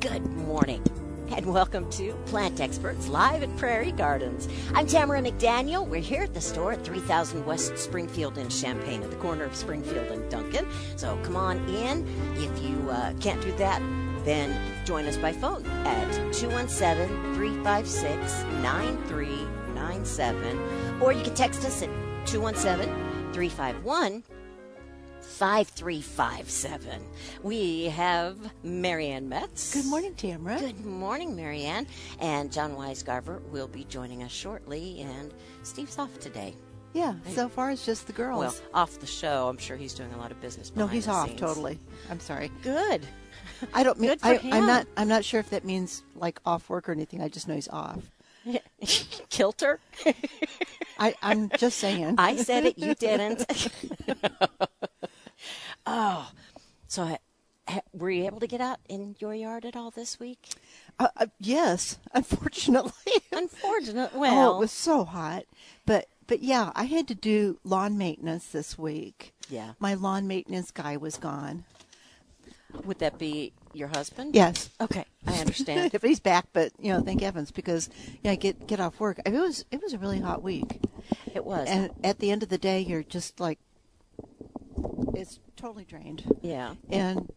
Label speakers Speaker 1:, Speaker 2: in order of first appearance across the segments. Speaker 1: Good morning, and welcome to Plant Experts Live at Prairie Gardens. I'm Tamara McDaniel. We're here at the store at 3000 West Springfield in Champaign, at the corner of Springfield and Duncan. So come on in. If you uh, can't do that, then join us by phone at 217 356 9397, or you can text us at 217 351 5357. We have Marianne Metz.
Speaker 2: Good morning, Tamara.
Speaker 1: Good morning, Marianne. And John Weisgarber will be joining us shortly, and Steve's off today.
Speaker 2: Yeah, so far it's just the girls.
Speaker 1: Well, off the show. I'm sure he's doing a lot of business.
Speaker 2: Oh, no,
Speaker 1: behind
Speaker 2: he's
Speaker 1: the
Speaker 2: off
Speaker 1: scenes.
Speaker 2: totally. I'm sorry.
Speaker 1: Good.
Speaker 2: I don't mean
Speaker 1: Good for
Speaker 2: I,
Speaker 1: him.
Speaker 2: I'm not. I'm not sure if that means like off work or anything. I just know he's off.
Speaker 1: Kilter?
Speaker 2: I, I'm just saying.
Speaker 1: I said it, you didn't. oh, so I, ha- were you able to get out in your yard at all this week?
Speaker 2: Uh, uh, yes, unfortunately.
Speaker 1: Unfortunately,
Speaker 2: oh,
Speaker 1: well,
Speaker 2: it was so hot. But but yeah, I had to do lawn maintenance this week.
Speaker 1: Yeah.
Speaker 2: my lawn maintenance guy was gone.
Speaker 1: would that be your husband?
Speaker 2: Yes.
Speaker 1: Okay, I understand.
Speaker 2: If he's back, but you know, thank heavens because yeah, get get off work. It was it was a really hot week.
Speaker 1: it was.
Speaker 2: and at the end of the day you're just like it's totally drained
Speaker 1: yeah.
Speaker 2: and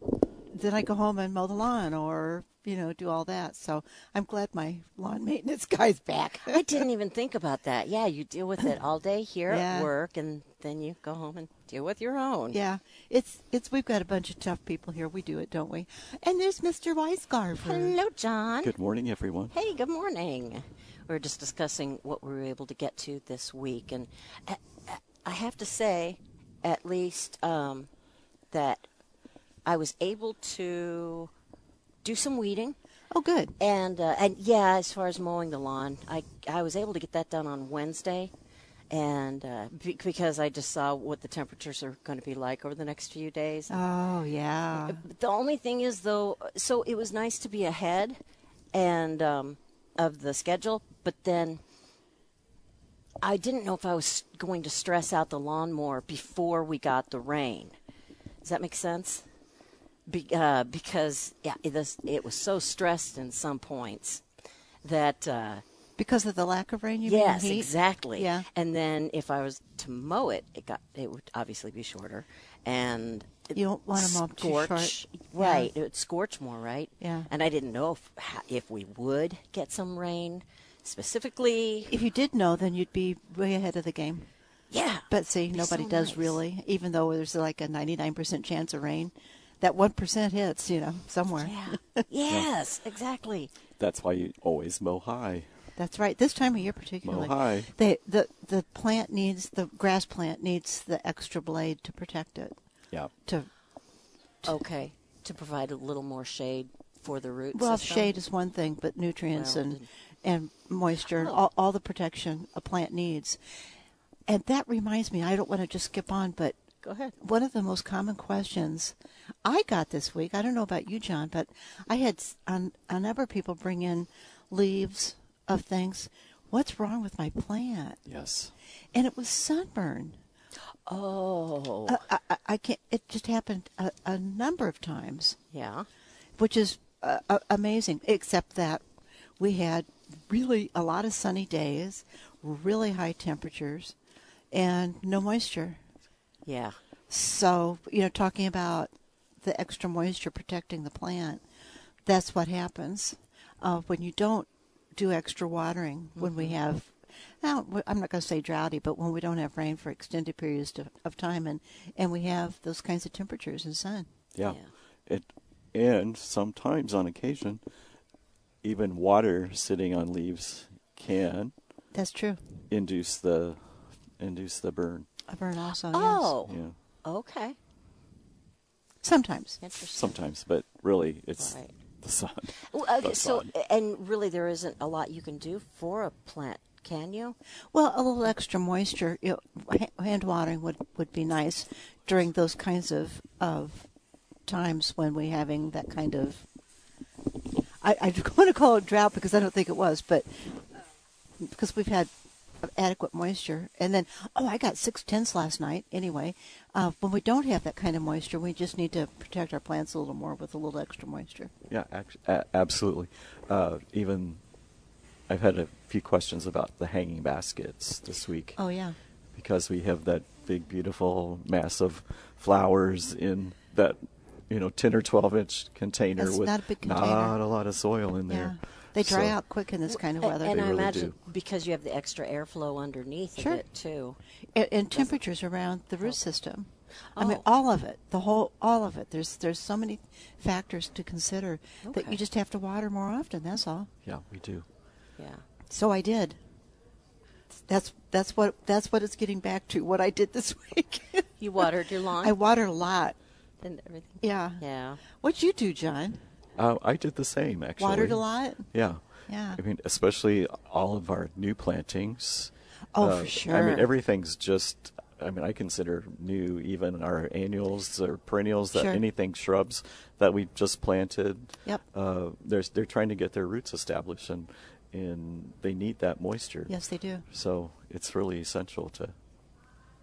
Speaker 2: then i go home and mow the lawn or you know do all that so i'm glad my lawn maintenance guy's back
Speaker 1: I didn't even think about that. Yeah, you deal with it all day here at
Speaker 2: Yeah.
Speaker 1: work, and then you go home and deal with your own.
Speaker 2: yeah it's it's we've got a bunch of tough people here we do it don't we and there's mr weisgarber
Speaker 1: Hello, John.
Speaker 3: Good morning, everyone.
Speaker 1: Hey, good morning. We are just discussing what we were able to get to this week, and I- I- I have to say, at least um, that I was able to do some weeding,
Speaker 2: oh good
Speaker 1: and uh, and yeah, as far as mowing the lawn, I I was able to get that done on Wednesday, and uh, be- because I just saw what the temperatures are going to be like over the next few days,
Speaker 2: oh yeah
Speaker 1: the only thing is though so it was nice to be ahead and um, of the schedule but then i didn't know if i was going to stress out the lawnmower before we got the rain does that make sense be, uh, because yeah, it, was, it was so stressed in some points that uh,
Speaker 2: because of the lack of rain you
Speaker 1: yes
Speaker 2: mean heat?
Speaker 1: exactly
Speaker 2: yeah
Speaker 1: and then if i was to mow it it got it would obviously be shorter and
Speaker 2: You don't want 'em up too short.
Speaker 1: scorch-
Speaker 2: Yeah.
Speaker 1: right it would scorch more right
Speaker 2: Yeah.
Speaker 1: and i didn't know if ha- if we would get some rain specifically
Speaker 2: if you did know then you'd be way ahead of the game
Speaker 1: yeah
Speaker 2: But see,
Speaker 1: Be
Speaker 2: nobody
Speaker 1: so
Speaker 2: does
Speaker 1: nice.
Speaker 2: really, even though there's like a 99% chance of rain. That 1% hits, you know, somewhere.
Speaker 1: yeah yes exactly
Speaker 3: That's why you always mow high.
Speaker 2: That's right. This time of year, particularly.
Speaker 3: hi.
Speaker 2: They, the, the plant needs, the grass plant needs the extra blade to protect it.
Speaker 3: Yeah.
Speaker 2: To
Speaker 1: okay to provide a little more shade for the roots
Speaker 2: Well,
Speaker 1: of some-
Speaker 2: shade is one thing, but nutrients
Speaker 1: Well, Oh.
Speaker 2: and, and moisture, all, all the protection a plant needs. And that reminds me, I don't want to just skip on, but
Speaker 1: go ahead
Speaker 2: one of the most common questions I got this week, I don't know about you, John, but I had s- a, a number of people bring in leaves of things. What's wrong with my plant?
Speaker 3: Yes.
Speaker 2: And it was sunburn. Uh,
Speaker 1: oh
Speaker 2: I, I, I can't. It just happened a, a number of times,
Speaker 1: yeah
Speaker 2: which is uh, uh, amazing. Except that we had really a lot of sunny days, really high temperatures, and no moisture.
Speaker 1: yeah
Speaker 2: So, you know, talking about the extra moisture protecting the plant, that's what happens uh, when you don't do extra watering, when we have, now, w- I'm not going to say droughty, but when we don't have rain for extended periods to, of time and, and we have those kinds of temperatures and sun.
Speaker 3: Yeah.
Speaker 1: Yeah.
Speaker 3: It and sometimes on occasion even water sitting on leaves can
Speaker 2: That's true.
Speaker 3: induce the induce the burn.
Speaker 2: A burn also. yes.
Speaker 1: oh
Speaker 3: Yeah.
Speaker 1: okay
Speaker 2: Sometimes.
Speaker 1: interesting
Speaker 3: Sometimes, but really it's
Speaker 1: Right.
Speaker 3: the sun.
Speaker 1: Well, okay,
Speaker 3: That's
Speaker 1: so
Speaker 3: odd.
Speaker 1: and really, there isn't a lot you can do for a plant, can you?
Speaker 2: Well, a little extra moisture, you know, ha- hand watering would, would be nice during those kinds of, of times when we're having that kind of. I, I want to call it drought because I don't think it was, but because we've had adequate moisture. And then, oh, I got six tens last night anyway Uh, when we don't have that kind of moisture, we just need to protect our plants a little more with a little extra moisture.
Speaker 3: Yeah, act- a- absolutely. Uh, even I've had a few questions about the hanging baskets this week
Speaker 2: Oh yeah,
Speaker 3: because we have that big, beautiful mass of flowers in that you know ten or twelve inch container
Speaker 2: That's
Speaker 3: with
Speaker 2: not a big container.
Speaker 3: not a lot of soil in
Speaker 2: yeah.
Speaker 3: there.
Speaker 2: They dry
Speaker 3: So-
Speaker 2: out quick in this kind of
Speaker 1: A-
Speaker 2: weather.
Speaker 1: And
Speaker 3: They
Speaker 1: I
Speaker 3: really
Speaker 1: imagine
Speaker 3: do.
Speaker 1: because you have the extra airflow underneath
Speaker 2: Sure.
Speaker 1: of it too.
Speaker 2: and, and temperatures around the root system. I mean,
Speaker 1: Oh.
Speaker 2: all of it, the whole, all of it. There's there's so many factors to consider that
Speaker 1: Okay.
Speaker 2: you just have to water more often. That's all.
Speaker 3: Yeah, we do.
Speaker 1: Yeah.
Speaker 2: So I did. That's that's what that's what it's getting back to. What I did this week,
Speaker 1: You watered your lawn
Speaker 2: I watered a lot.
Speaker 1: and everything.
Speaker 2: Yeah.
Speaker 1: Yeah.
Speaker 2: What'd you do, John?
Speaker 3: Uh, I did the same actually.
Speaker 2: Watered a lot.
Speaker 3: Yeah.
Speaker 2: Yeah.
Speaker 3: I mean, especially all of our new plantings. Uh,
Speaker 2: Oh, for
Speaker 3: I mean,
Speaker 2: sure.
Speaker 3: everything's just. I mean, I consider new even our annuals or perennials that
Speaker 2: Sure.
Speaker 3: anything shrubs that we just planted.
Speaker 2: Yep.
Speaker 3: Uh, they're they're trying to get their roots established and and they need that moisture.
Speaker 2: Yes, they do.
Speaker 3: So it's really essential to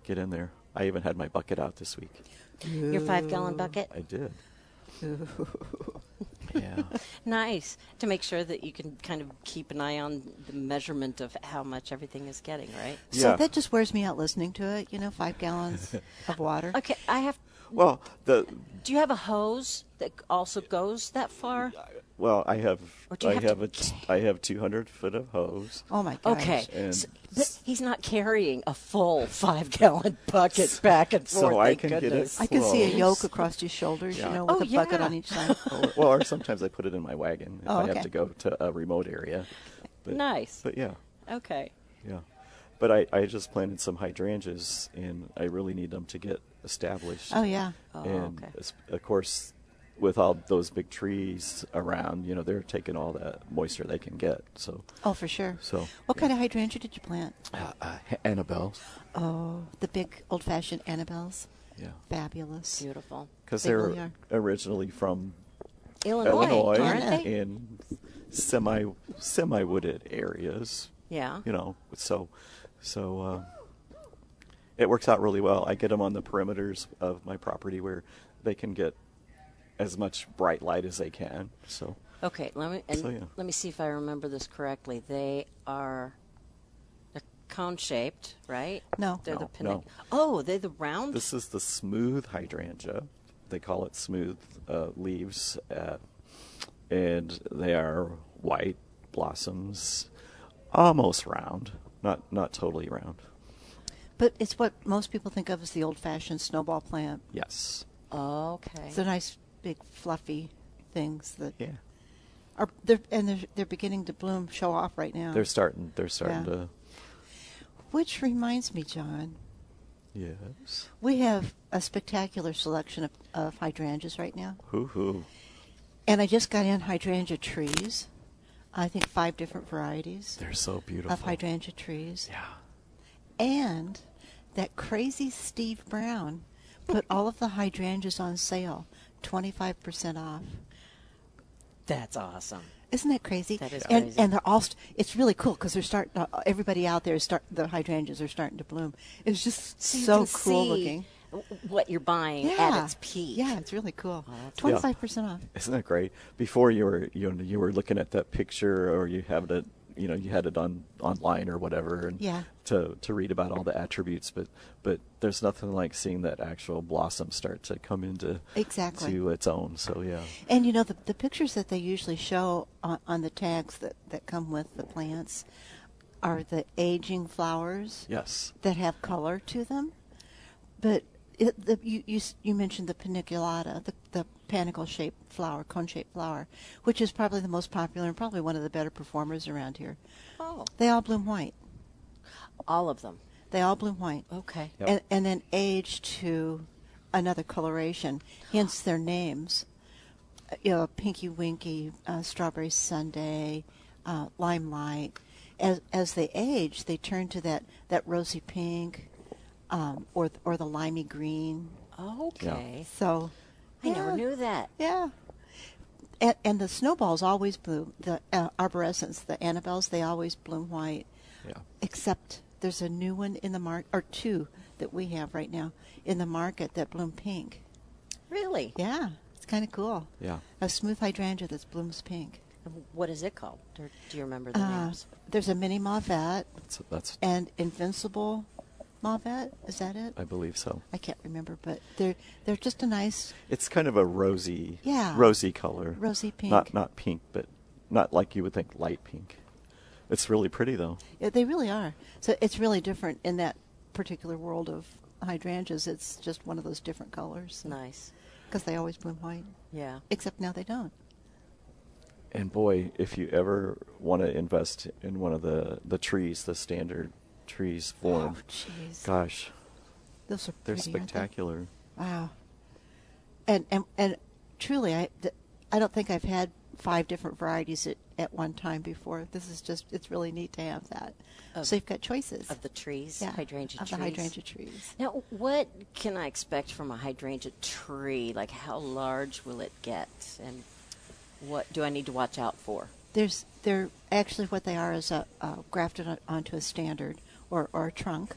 Speaker 3: get in there. I even had my bucket out this week.
Speaker 1: Your five gallon bucket.
Speaker 3: I did. yeah.
Speaker 1: Nice to make sure that you can kind of keep an eye on the measurement of how much everything is getting, right?
Speaker 2: So
Speaker 3: Yeah.
Speaker 2: that just wears me out listening to it. You know, five gallons of water.
Speaker 1: Okay, I have.
Speaker 3: Well, the
Speaker 1: Do you have a hose that also goes that far?
Speaker 3: Well, I have,
Speaker 1: Or do you
Speaker 3: I
Speaker 1: have
Speaker 3: have,
Speaker 1: to
Speaker 3: a t- I have 200 foot of hose.
Speaker 2: Oh my gosh.
Speaker 1: Okay,
Speaker 3: and-
Speaker 1: so, but he's not carrying a full five gallon bucket back and
Speaker 3: So
Speaker 1: forth.
Speaker 3: I
Speaker 1: thank
Speaker 3: can get it.
Speaker 1: goodness.
Speaker 2: I can see a
Speaker 3: Close.
Speaker 2: yoke across your shoulders. You
Speaker 3: Yeah.
Speaker 2: know, with
Speaker 1: Oh,
Speaker 2: a bucket
Speaker 1: yeah.
Speaker 2: on each side.
Speaker 1: Oh.
Speaker 3: or, well, or sometimes I put it in my wagon if
Speaker 2: Oh,
Speaker 3: I
Speaker 2: okay.
Speaker 3: have to go to a remote area. But,
Speaker 1: Nice.
Speaker 3: But yeah,
Speaker 1: Okay.
Speaker 3: yeah. But I, I just planted some hydrangeas, and I really need them to get established.
Speaker 2: Oh yeah.
Speaker 1: Oh,
Speaker 3: and
Speaker 1: okay.
Speaker 3: es- of course, with all those big trees around, you know, they're taking all that moisture they can get. So,
Speaker 2: Oh, for sure.
Speaker 3: So,
Speaker 2: what kind of hydrangea did you plant?
Speaker 3: uh, uh, Annabelle's.
Speaker 2: Oh, the big old-fashioned Annabelles.
Speaker 3: Yeah.
Speaker 2: Fabulous.
Speaker 1: Beautiful.
Speaker 3: Because
Speaker 2: They
Speaker 3: they're
Speaker 2: really are.
Speaker 3: originally from
Speaker 1: Illinois,
Speaker 3: Illinois,
Speaker 1: aren't they?
Speaker 3: in semi semi wooded areas.
Speaker 1: Yeah.
Speaker 3: You know, so so uh, it works out really well. I get them on the perimeters of my property where they can get as much bright light as they can. So
Speaker 1: Okay, let me and
Speaker 3: So, yeah.
Speaker 1: let me see if I remember this correctly. They are they're cone shaped, right?
Speaker 2: No.
Speaker 1: They're the
Speaker 3: No,
Speaker 1: pinna-
Speaker 3: no.
Speaker 1: Oh, they're the round.
Speaker 3: this is the smooth hydrangea. They call it smooth uh, leaves, uh, and they are white blossoms, almost round, not not totally round.
Speaker 2: But it's what most people think of as the old-fashioned snowball plant.
Speaker 3: Yes.
Speaker 1: okay.
Speaker 2: They're nice, big, fluffy things that
Speaker 3: Yeah.
Speaker 2: are they're, and they're they're beginning to bloom, show off right now.
Speaker 3: They're starting. They're starting
Speaker 2: Yeah.
Speaker 3: to.
Speaker 2: Which reminds me, John,
Speaker 3: Yes.
Speaker 2: we have a spectacular selection of, of hydrangeas right now,
Speaker 3: Hoo hoo.
Speaker 2: and I just got in hydrangea trees. I think five different varieties
Speaker 3: They're so beautiful.
Speaker 2: of hydrangea trees.
Speaker 3: Yeah.
Speaker 2: And that crazy Steve Brown put all of the hydrangeas on sale, 25% off.
Speaker 1: That's awesome.
Speaker 2: Isn't that crazy?
Speaker 1: That is
Speaker 2: and,
Speaker 1: crazy.
Speaker 2: And they're all, st- it's really cool because they're starting, uh, everybody out there is start, the hydrangeas are starting to bloom. It's just
Speaker 1: you
Speaker 2: so,
Speaker 1: can
Speaker 2: cool
Speaker 1: see
Speaker 2: looking.
Speaker 1: w- What you're buying
Speaker 2: Yeah.
Speaker 1: at its peak.
Speaker 2: Yeah, it's really cool.
Speaker 1: that's
Speaker 3: cool.
Speaker 2: 25% off.
Speaker 3: Isn't that great? Before you were you know, you were looking at that picture or you have it you know you had it on online or whatever and
Speaker 2: Yeah.
Speaker 3: to to read about all the attributes but but there's nothing like seeing that actual blossom start to come into
Speaker 2: Exactly.
Speaker 3: to its own. So yeah.
Speaker 2: And you know the the pictures that they usually show on, on the tags that, that come with the plants are the aging flowers.
Speaker 3: Yes.
Speaker 2: that have color to them. But it, the, you, you s- you mentioned the paniculata, the, the panicle shaped flower, cone shaped flower, which is probably the most popular and probably one of the better performers around here.
Speaker 1: Oh,
Speaker 2: They all bloom white.
Speaker 1: all of them.
Speaker 2: They all bloom white,
Speaker 1: Okay.
Speaker 3: Yep.
Speaker 2: and, and then age to another coloration. Hence their names. Uh, You know, Pinky Winky, uh, Strawberry Sunday, uh, Limelight. As as they age, they turn to that, that rosy pink, um, or th- or the limey green.
Speaker 1: Okay.
Speaker 2: So,
Speaker 1: I never
Speaker 2: yeah.
Speaker 1: knew that.
Speaker 2: Yeah. And, and the snowballs always bloom. The uh, arborescents, the Annabelles, they always bloom white
Speaker 3: Yeah.
Speaker 2: except there's a new one in the market, or two that we have right now in the market that bloom pink.
Speaker 1: Really?
Speaker 2: Yeah, it's kind of cool.
Speaker 3: Yeah.
Speaker 2: A smooth hydrangea that blooms pink.
Speaker 1: And What is it called? Or do you remember the
Speaker 2: Uh,
Speaker 1: names?
Speaker 2: there's a mini mauvette
Speaker 3: That's, that's
Speaker 2: and invincible mauvette. Is that it?
Speaker 3: I believe so.
Speaker 2: I can't remember, but they're they're just a nice
Speaker 3: It's kind of a rosy,
Speaker 2: Yeah.
Speaker 3: rosy color,
Speaker 2: Rosy pink.
Speaker 3: Not not pink, but not like you would think light pink. It's really pretty though.
Speaker 2: Yeah, they really are. So it's really different in that particular world of hydrangeas. It's just one of those different colors.
Speaker 1: Nice.
Speaker 2: Because they always bloom white,
Speaker 1: Yeah.
Speaker 2: except now they don't.
Speaker 3: And boy, if you ever want to invest in one of the the trees, the standard trees form,
Speaker 2: Oh, jeez.
Speaker 3: gosh,
Speaker 2: Those are
Speaker 3: they're
Speaker 2: pretty, aren't they?
Speaker 3: spectacular.
Speaker 2: Wow. And and and truly, I th- I don't think I've had five different varieties at, at one time before. This is just it's really neat to have that.
Speaker 1: Of-
Speaker 2: so you've got choices
Speaker 1: Of the trees,
Speaker 2: Yeah,
Speaker 1: hydrangea
Speaker 2: of
Speaker 1: trees.
Speaker 2: the hydrangea trees.
Speaker 1: Now, what can I expect from a hydrangea tree? Like, how large will it get, and what do I need to watch out for?
Speaker 2: There's they're actually what they are is a, uh, grafted on, onto a standard or or a trunk,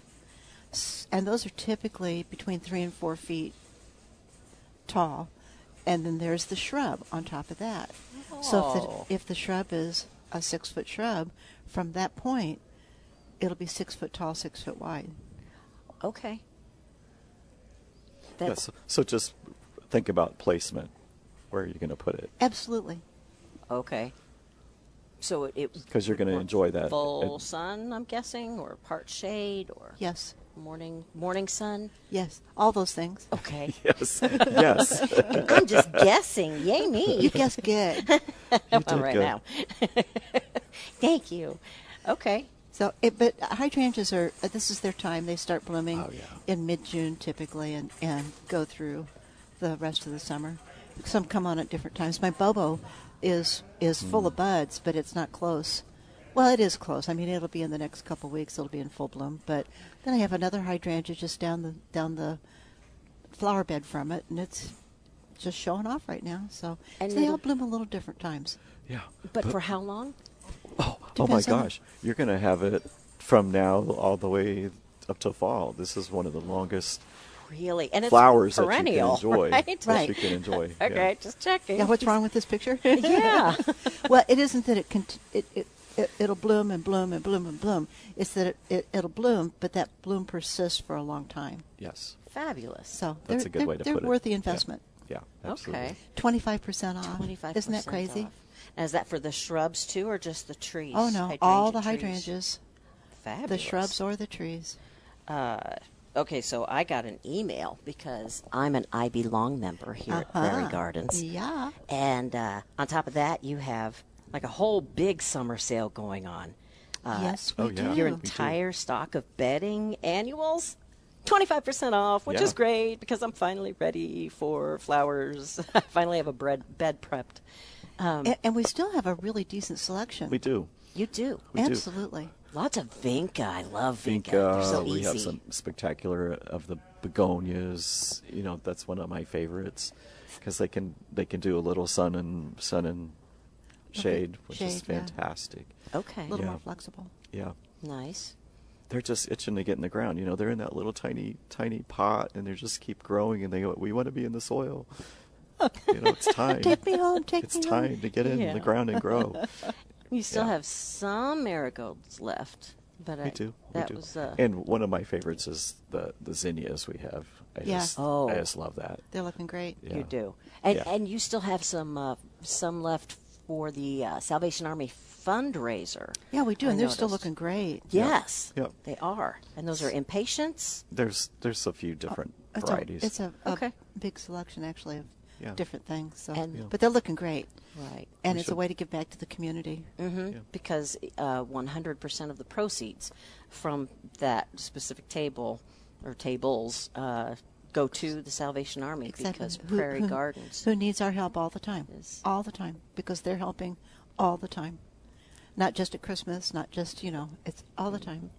Speaker 2: S- and those are typically between three and four feet tall, and then there's the shrub on top of that. So
Speaker 1: Oh.
Speaker 2: if the, if the shrub is a six foot shrub, from that point, it'll be six foot tall, six foot wide.
Speaker 1: Okay.
Speaker 3: Yeah,
Speaker 1: That's
Speaker 3: so, so just think about placement. Where are you going to put it?
Speaker 2: Absolutely.
Speaker 1: okay. So it it
Speaker 3: 'Cause you're gonna
Speaker 1: would work
Speaker 3: enjoy that.
Speaker 1: full
Speaker 3: It-
Speaker 1: sun, I'm guessing, or part shade, or
Speaker 2: Yes.
Speaker 1: morning morning sun.
Speaker 2: Yes. All those things.
Speaker 1: Okay,
Speaker 3: Yes, yes.
Speaker 1: I'm just guessing. Yay me!
Speaker 2: You guess good.
Speaker 3: You
Speaker 1: Well,
Speaker 3: did
Speaker 1: right
Speaker 3: good.
Speaker 1: now. Thank you. Okay.
Speaker 2: So, it, but hydrangeas are uh, this is their time. They start blooming
Speaker 3: Oh, yeah.
Speaker 2: in mid June typically, and and go through the rest of the summer. Some come on at different times. My bobo is
Speaker 3: Hmm.
Speaker 2: is full of buds, but it's not close. Well, it is close. I mean, it'll be in the next couple weeks. It'll be in full bloom. But then I have another hydrangea just down the down the flower bed from it, and it's just showing off right now. So,
Speaker 1: And
Speaker 2: so they all
Speaker 1: it'll-
Speaker 2: bloom a little different times.
Speaker 3: Yeah.
Speaker 1: But for how long?
Speaker 3: Oh, oh my
Speaker 2: Depends on the-
Speaker 3: gosh. You're going to have it from now all the way up to fall. This is one of the longest
Speaker 1: Really? And it's
Speaker 3: flowers
Speaker 1: perennial,
Speaker 3: that you can enjoy.
Speaker 1: Right?
Speaker 3: That you
Speaker 2: Right.
Speaker 3: can enjoy. yeah.
Speaker 1: Okay, just checking.
Speaker 2: Yeah, what's wrong with this picture?
Speaker 1: yeah.
Speaker 2: well, it isn't that it, cont- it, it it it'll bloom and bloom and bloom and bloom. It's that it, it it'll bloom, but that bloom persists for a long time.
Speaker 3: Yes.
Speaker 1: Fabulous.
Speaker 2: So
Speaker 3: That's
Speaker 2: they're,
Speaker 3: a good
Speaker 2: they're,
Speaker 3: way to
Speaker 2: they're
Speaker 3: put it.
Speaker 2: worth the
Speaker 3: Yeah.
Speaker 2: investment.
Speaker 3: Yeah.
Speaker 1: okay.
Speaker 3: absolutely.
Speaker 2: Twenty five percent off.
Speaker 1: Twenty five.
Speaker 2: um, Isn't that crazy?
Speaker 1: Now, is that for the shrubs too, or just the trees?
Speaker 2: Oh no! All the
Speaker 1: Hydrangea trees?
Speaker 2: hydrangeas,
Speaker 1: Fabulous.
Speaker 2: the shrubs or the trees.
Speaker 1: Uh, okay, so I got an email because I'm an IB Long member here at Prairie
Speaker 2: Uh-huh.
Speaker 1: Gardens.
Speaker 2: Yeah.
Speaker 1: And uh, on top of that, you have like a whole big summer sale going on. Uh,
Speaker 2: yes, we
Speaker 3: oh, yeah.
Speaker 2: do.
Speaker 1: Your
Speaker 3: We do.
Speaker 1: entire stock of bedding annuals, 25% off, which
Speaker 3: Yeah.
Speaker 1: is great because I'm finally ready for flowers. I finally have a bread, bed prepped. Um,
Speaker 2: and, and we still have a really decent selection.
Speaker 3: We do.
Speaker 1: you do.
Speaker 3: do.
Speaker 2: Absolutely.
Speaker 1: Lots of vinca. I love vinca.
Speaker 3: think
Speaker 1: They're
Speaker 3: uh,
Speaker 1: so
Speaker 3: we
Speaker 1: easy.
Speaker 3: have some spectacular of the begonias. You know, that's one of my favorites because they can they can do a little sun and sun and shade, which is
Speaker 2: Shade, yeah.
Speaker 3: fantastic.
Speaker 1: Okay.
Speaker 2: A little
Speaker 3: Yeah.
Speaker 2: more flexible.
Speaker 3: Yeah,
Speaker 1: Nice.
Speaker 3: they're just itching to get in the ground. You know, they're in that little tiny tiny pot, and they just keep growing. And they go, we want to be in the soil. you know, it's time.
Speaker 2: Take me home. Take
Speaker 3: it's
Speaker 2: me
Speaker 3: time
Speaker 2: home.
Speaker 3: to get in
Speaker 1: Yeah.
Speaker 3: the ground and grow.
Speaker 1: You still
Speaker 3: Yeah.
Speaker 1: have some marigolds left, but I,
Speaker 3: We do.
Speaker 1: that
Speaker 3: we do.
Speaker 1: was uh,
Speaker 3: and one of my favorites is the the zinnias we have. I
Speaker 2: Yeah.
Speaker 3: just
Speaker 1: Oh.
Speaker 3: I just love that.
Speaker 2: They're looking great.
Speaker 3: Yeah.
Speaker 1: you do, and
Speaker 3: Yeah.
Speaker 1: and you still have some uh, some left for the uh, Salvation Army fundraiser.
Speaker 2: Yeah, we do,
Speaker 1: I
Speaker 2: and they're still
Speaker 1: noticed.
Speaker 2: looking great.
Speaker 1: Yes,
Speaker 3: Yep.
Speaker 1: they are, and those are impatience.
Speaker 3: There's there's a few different
Speaker 2: Oh, It's a-
Speaker 3: varieties.
Speaker 2: It's a, a
Speaker 1: Okay.
Speaker 2: big selection, actually, of
Speaker 3: Yeah.
Speaker 2: different things. So.
Speaker 1: And- Yeah.
Speaker 2: But they're looking great,
Speaker 1: Right,
Speaker 2: and
Speaker 3: We
Speaker 2: it's a
Speaker 3: should-
Speaker 2: way to give back to the community.
Speaker 1: hmm
Speaker 3: Yeah.
Speaker 1: because uh, 100% of the proceeds from that specific table or tables uh, go to the Salvation Army because
Speaker 2: Who-
Speaker 1: Prairie
Speaker 2: who-
Speaker 1: Gardens.
Speaker 2: Who needs our help all the time?
Speaker 1: Yes.
Speaker 2: All the time, because they're helping all the time. Not just at Christmas, not just, you know, it's all
Speaker 1: Mm.
Speaker 2: the time.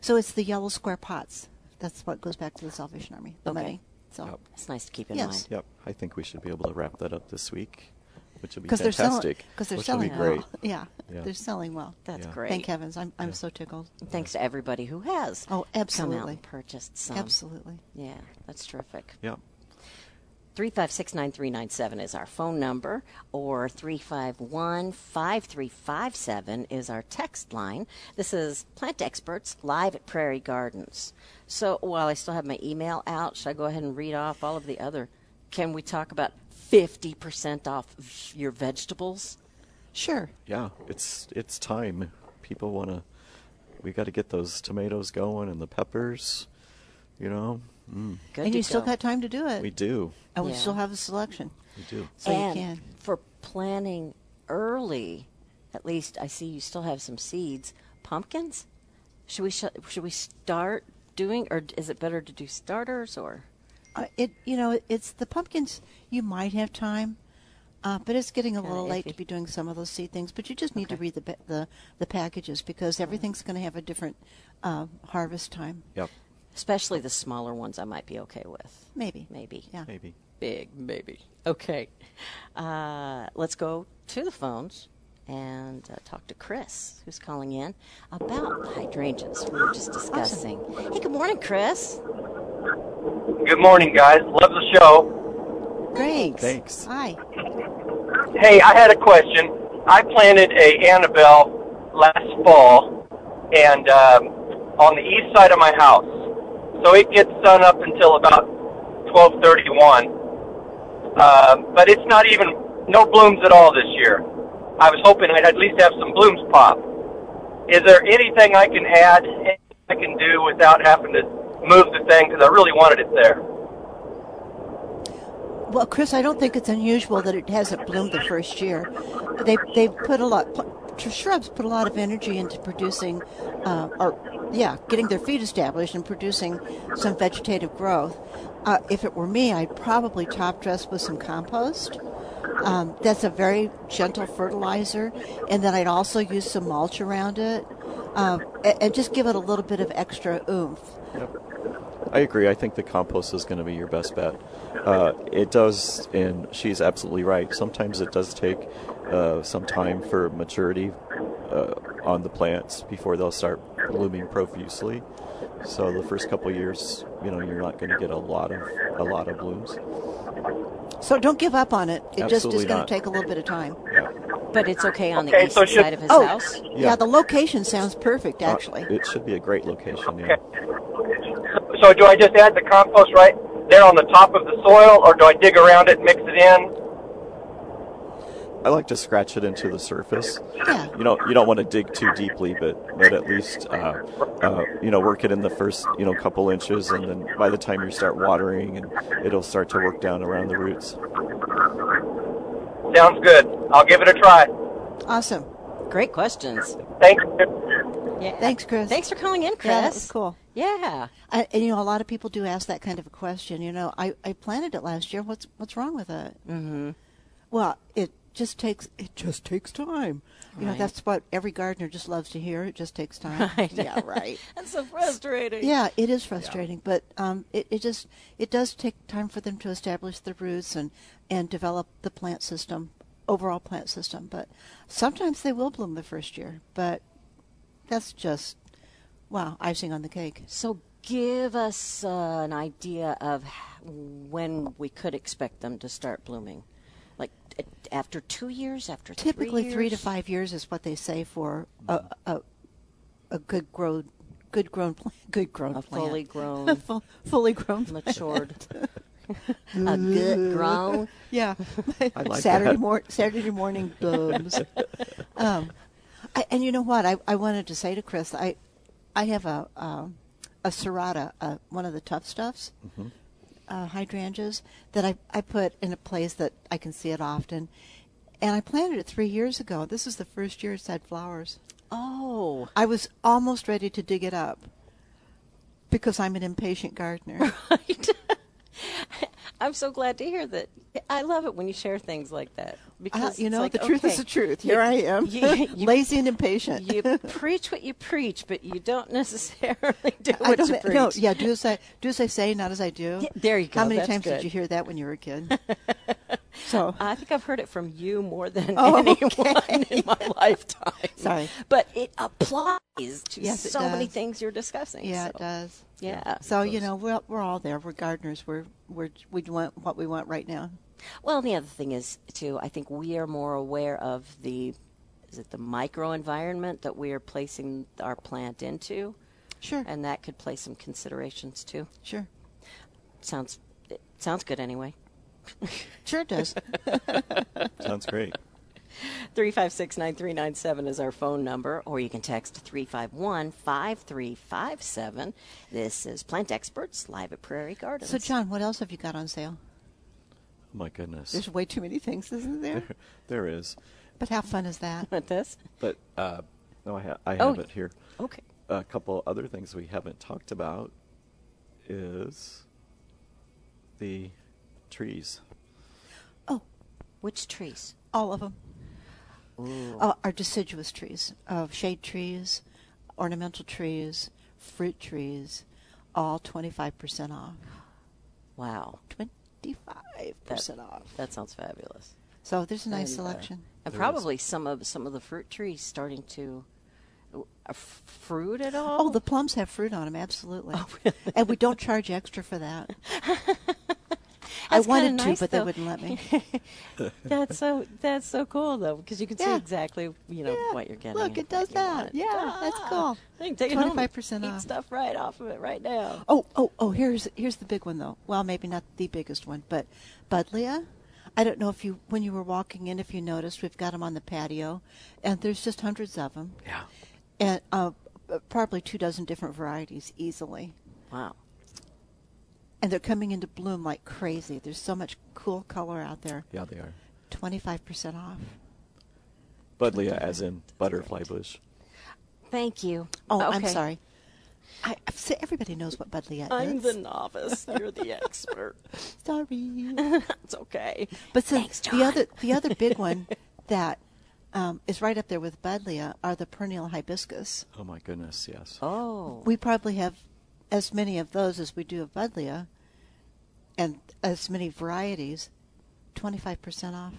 Speaker 2: So it's the yellow square pots. That's what goes back to the Salvation Army, the
Speaker 1: Okay.
Speaker 2: money. So
Speaker 3: Yep.
Speaker 1: It's nice to keep in
Speaker 2: Yes.
Speaker 1: mind.
Speaker 3: Yep. I think we should be able to wrap that up this week. which will be
Speaker 2: because they're selling
Speaker 3: fantastic.
Speaker 2: because they're
Speaker 3: which
Speaker 2: selling
Speaker 3: will be great.
Speaker 2: well. Yeah,
Speaker 3: Yeah.
Speaker 2: they're selling well.
Speaker 1: That's
Speaker 3: Yeah.
Speaker 1: great.
Speaker 2: Thank heavens. I'm I'm
Speaker 3: Yeah.
Speaker 2: so tickled.
Speaker 1: Thanks to everybody who has
Speaker 2: Oh,
Speaker 1: come out
Speaker 2: absolutely,
Speaker 1: and purchased some.
Speaker 2: absolutely.
Speaker 1: Yeah, that's terrific.
Speaker 3: Yeah.
Speaker 1: Three five six nine three nine seven is our phone number, or three five one five three five seven is our text line. This is Plant Experts live at Prairie Gardens. So while I still have my email out, should I go ahead and read off all of the other? Can we talk about fifty percent off v- your vegetables?
Speaker 2: Sure.
Speaker 3: Yeah. It's it's time. People want to. We got to get those tomatoes going and the peppers. You know, Mm,
Speaker 1: Good
Speaker 2: and
Speaker 1: to
Speaker 2: you still
Speaker 1: go.
Speaker 2: got time to do it.
Speaker 3: we do.
Speaker 2: and we
Speaker 1: Yeah.
Speaker 2: still have a selection.
Speaker 3: We do.
Speaker 2: So
Speaker 1: and
Speaker 2: you can.
Speaker 1: for planning early, at least I see you still have some seeds. Pumpkins? Should we sh- should we start doing, or is it better to do starters or?
Speaker 2: Uh, it you know it's the pumpkins. You might have time, uh, but it's getting a
Speaker 1: Kinda
Speaker 2: little late to
Speaker 1: iffy.
Speaker 2: be doing some of those seed things. But you just need to
Speaker 1: Okay.
Speaker 2: read the pa- the the packages because everything's going to have a different uh, harvest time.
Speaker 3: Yep.
Speaker 1: Especially the smaller ones, I might be okay with.
Speaker 2: Maybe.
Speaker 1: Maybe.
Speaker 2: Yeah.
Speaker 3: Maybe.
Speaker 1: Big, maybe. Okay. Uh, let's go to the phones and uh, talk to Chris, who's calling in about hydrangeas we were just discussing. Hey, good morning, Chris.
Speaker 4: Good morning, guys. Love the show.
Speaker 2: Great.
Speaker 3: Thanks.
Speaker 2: Hi.
Speaker 4: Hey, I had a question. I planted a Annabelle last fall, and um, on the east side of my house, so it gets sun up until about twelve thirty-one. Um, but it's not even no blooms at all this year. I was hoping I'd at least have some blooms pop. Is there anything I can add? Anything I can do without having to move the thing because I really wanted it there.
Speaker 2: Well, Chris, I don't think it's unusual that it hasn't bloomed the first year. They they put a lot. pl- Shrubs put a lot of energy into producing, uh, or yeah, getting their feet established and producing some vegetative growth. Uh, if it were me, I'd probably top dress with some compost. Um, that's a very gentle fertilizer, and then I'd also use some mulch around it, um, and, and just give it a little bit of extra oomph.
Speaker 3: I agree. I think the compost is going to be your best bet. Uh, it does, and she's absolutely right. Sometimes it does take uh, some time for maturity uh, on the plants before they'll start blooming profusely. So the first couple years, you know, you're not going to get a lot of a lot of blooms.
Speaker 2: So don't give up on it. It just is
Speaker 3: Absolutely
Speaker 2: going to
Speaker 3: not.
Speaker 2: take a little bit of time.
Speaker 3: Yeah.
Speaker 1: But it's okay on the
Speaker 4: Okay,
Speaker 1: east
Speaker 4: so should-
Speaker 1: side of his
Speaker 2: Oh,
Speaker 1: house.
Speaker 2: yeah.
Speaker 3: Yeah.
Speaker 2: the location sounds perfect, actually.
Speaker 3: Uh, it should be a great location. Yeah.
Speaker 4: Okay. So do I just add the compost right there on the top of the soil, or do I dig around it, mix it in?
Speaker 3: I like to scratch it into the surface.
Speaker 2: Yeah.
Speaker 3: You know, you don't want to dig too deeply, but but at least uh, uh, you know work it in the first you know couple inches, and then by the time you start watering, and it'll start to work down around the roots.
Speaker 4: Sounds good. I'll give it a try.
Speaker 2: Awesome.
Speaker 1: Great questions.
Speaker 4: Thank you.
Speaker 1: Yeah.
Speaker 2: Thanks, Chris.
Speaker 1: Thanks for calling in, Chris.
Speaker 2: Yeah, that was cool.
Speaker 1: Yeah.
Speaker 2: I, and you know, a lot of people do ask that kind of a question. You know, I, I planted it last year. What's what's wrong with it? Mm-hmm. Well, it just takes it just takes time. You know,
Speaker 1: Right.
Speaker 2: that's what every gardener just loves to hear. It just takes time. Yeah, right.
Speaker 1: That's so frustrating.
Speaker 2: Yeah, it is frustrating, but um, it, it just it does take time for them to establish the roots and and develop the plant system, overall plant system. But sometimes they will bloom the first year, but that's just wow, icing on the cake.
Speaker 1: So give us uh, an idea of h- when we could expect them to start blooming. Like t- after two years, after
Speaker 2: Typically,
Speaker 1: three,
Speaker 2: three to
Speaker 1: years?
Speaker 2: five years is what they say for a a, a good grown good grown plant, good grown
Speaker 1: A
Speaker 2: plant,
Speaker 1: fully grown,
Speaker 2: Fu- fully grown plant.
Speaker 1: matured, a good grown.
Speaker 2: Yeah,
Speaker 3: I like
Speaker 2: Saturday
Speaker 3: that.
Speaker 2: morning. Saturday morning blooms. um, I, and you know what? I, I wanted to say to Chris, I I have a um, a serrata, uh, one of the tough stuffs, uh, hydrangeas that I I put in a place that I can see it often, and I planted it three years ago. This is the first year it's had flowers.
Speaker 1: Oh,
Speaker 2: I was almost ready to dig it up because I'm an impatient gardener. Uh,
Speaker 1: I'm so glad to hear that. I love it when you share things like that
Speaker 2: Uh,
Speaker 1: because
Speaker 2: you
Speaker 1: it's
Speaker 2: know,
Speaker 1: like,
Speaker 2: the truth is
Speaker 1: okay,
Speaker 2: the truth. Here I am,
Speaker 1: you- you-
Speaker 2: lazy and impatient.
Speaker 1: You preach what you preach, but you don't necessarily do
Speaker 2: I
Speaker 1: what
Speaker 2: don't
Speaker 1: you
Speaker 2: thi-
Speaker 1: preach.
Speaker 2: no, yeah, do as I do as I say, not as I do.
Speaker 1: Yeah, there you
Speaker 2: How
Speaker 1: go,
Speaker 2: many
Speaker 1: that's
Speaker 2: times did
Speaker 1: good.
Speaker 2: you hear that when you were a kid? So
Speaker 1: I think I've heard it from you more than
Speaker 2: Oh,
Speaker 1: anyone
Speaker 2: okay.
Speaker 1: in my lifetime.
Speaker 2: Sorry.
Speaker 1: But it applies to
Speaker 2: Yes, it
Speaker 1: so many
Speaker 2: does.
Speaker 1: things you're discussing.
Speaker 2: yeah,
Speaker 1: so,
Speaker 2: it does.
Speaker 1: Yeah.
Speaker 2: So you know, we're we're all there. We're gardeners. We're we're we want what we want right now.
Speaker 1: Well, and the other thing is too, I think we are more aware of the is it the microenvironment that we are placing our plant into,
Speaker 2: Sure.
Speaker 1: and that could play some considerations too.
Speaker 2: sure.
Speaker 1: Sounds it sounds good anyway.
Speaker 2: Sure does.
Speaker 3: Sounds great. Oh
Speaker 1: 356-9397 is our phone number, or you can text 351-5357. This is Plant Experts live at Prairie Gardens.
Speaker 2: so John, what else have you got on sale?
Speaker 3: Oh my goodness.
Speaker 2: There's way too many things, isn't there?
Speaker 3: there is.
Speaker 2: But how fun is that?
Speaker 1: with this,
Speaker 3: But uh, no, I, ha- I
Speaker 1: Oh.
Speaker 3: have it here.
Speaker 1: okay.
Speaker 3: A couple other things we haven't talked about is the trees.
Speaker 2: Oh,
Speaker 1: Which trees?
Speaker 2: all of them. Uh, are deciduous trees, of shade trees, ornamental trees, fruit trees, all 25% off.
Speaker 1: Wow,
Speaker 2: 25% off.
Speaker 1: that sounds fabulous.
Speaker 2: So there's a nice
Speaker 1: And, uh,
Speaker 2: selection.
Speaker 1: and
Speaker 3: There
Speaker 1: probably some of some of the fruit trees starting to uh, fruit at all.
Speaker 2: Oh, the plums have fruit on them, absolutely.
Speaker 1: Oh,
Speaker 2: and we don't charge extra for that. I
Speaker 1: That's kinda
Speaker 2: wanted to,
Speaker 1: nice,
Speaker 2: but
Speaker 1: though.
Speaker 2: they wouldn't let me.
Speaker 1: that's so that's so cool though because you can see
Speaker 2: Yeah.
Speaker 1: exactly you know
Speaker 2: Yeah.
Speaker 1: what you're getting.
Speaker 2: Look,
Speaker 1: and
Speaker 2: it
Speaker 1: what
Speaker 2: does
Speaker 1: you
Speaker 2: that.
Speaker 1: want.
Speaker 2: Yeah, that's cool.
Speaker 1: I can take it home.
Speaker 2: 25%
Speaker 1: Eat
Speaker 2: off.
Speaker 1: stuff right off of it right now.
Speaker 2: Oh, oh, oh! Here's here's the big one though. Well, maybe not the biggest one, but Budlia. I don't know if you when you were walking in, if you noticed, we've got them on the patio, and there's just hundreds of them,
Speaker 3: Yeah.
Speaker 2: and uh, probably two dozen different varieties easily.
Speaker 1: Wow.
Speaker 2: And they're coming into bloom like crazy. There's so much cool color out there.
Speaker 3: Yeah, they are.
Speaker 2: Twenty five percent off.
Speaker 3: Budlia, as in butterfly bush.
Speaker 1: Thank you.
Speaker 2: Oh, I'm
Speaker 1: Okay.
Speaker 2: sorry. I, I see, everybody knows what Budlia
Speaker 1: I'm
Speaker 2: is.
Speaker 1: the novice. You're the expert.
Speaker 2: sorry.
Speaker 1: It's okay.
Speaker 2: But so
Speaker 1: Thanks, John.
Speaker 2: the other the other big one that um, is right up there with Budlia are the perennial hibiscus.
Speaker 3: Oh my goodness, yes.
Speaker 1: Oh,
Speaker 2: We probably have as many of those as we do of Budlia, and as many varieties. Twenty five percent off.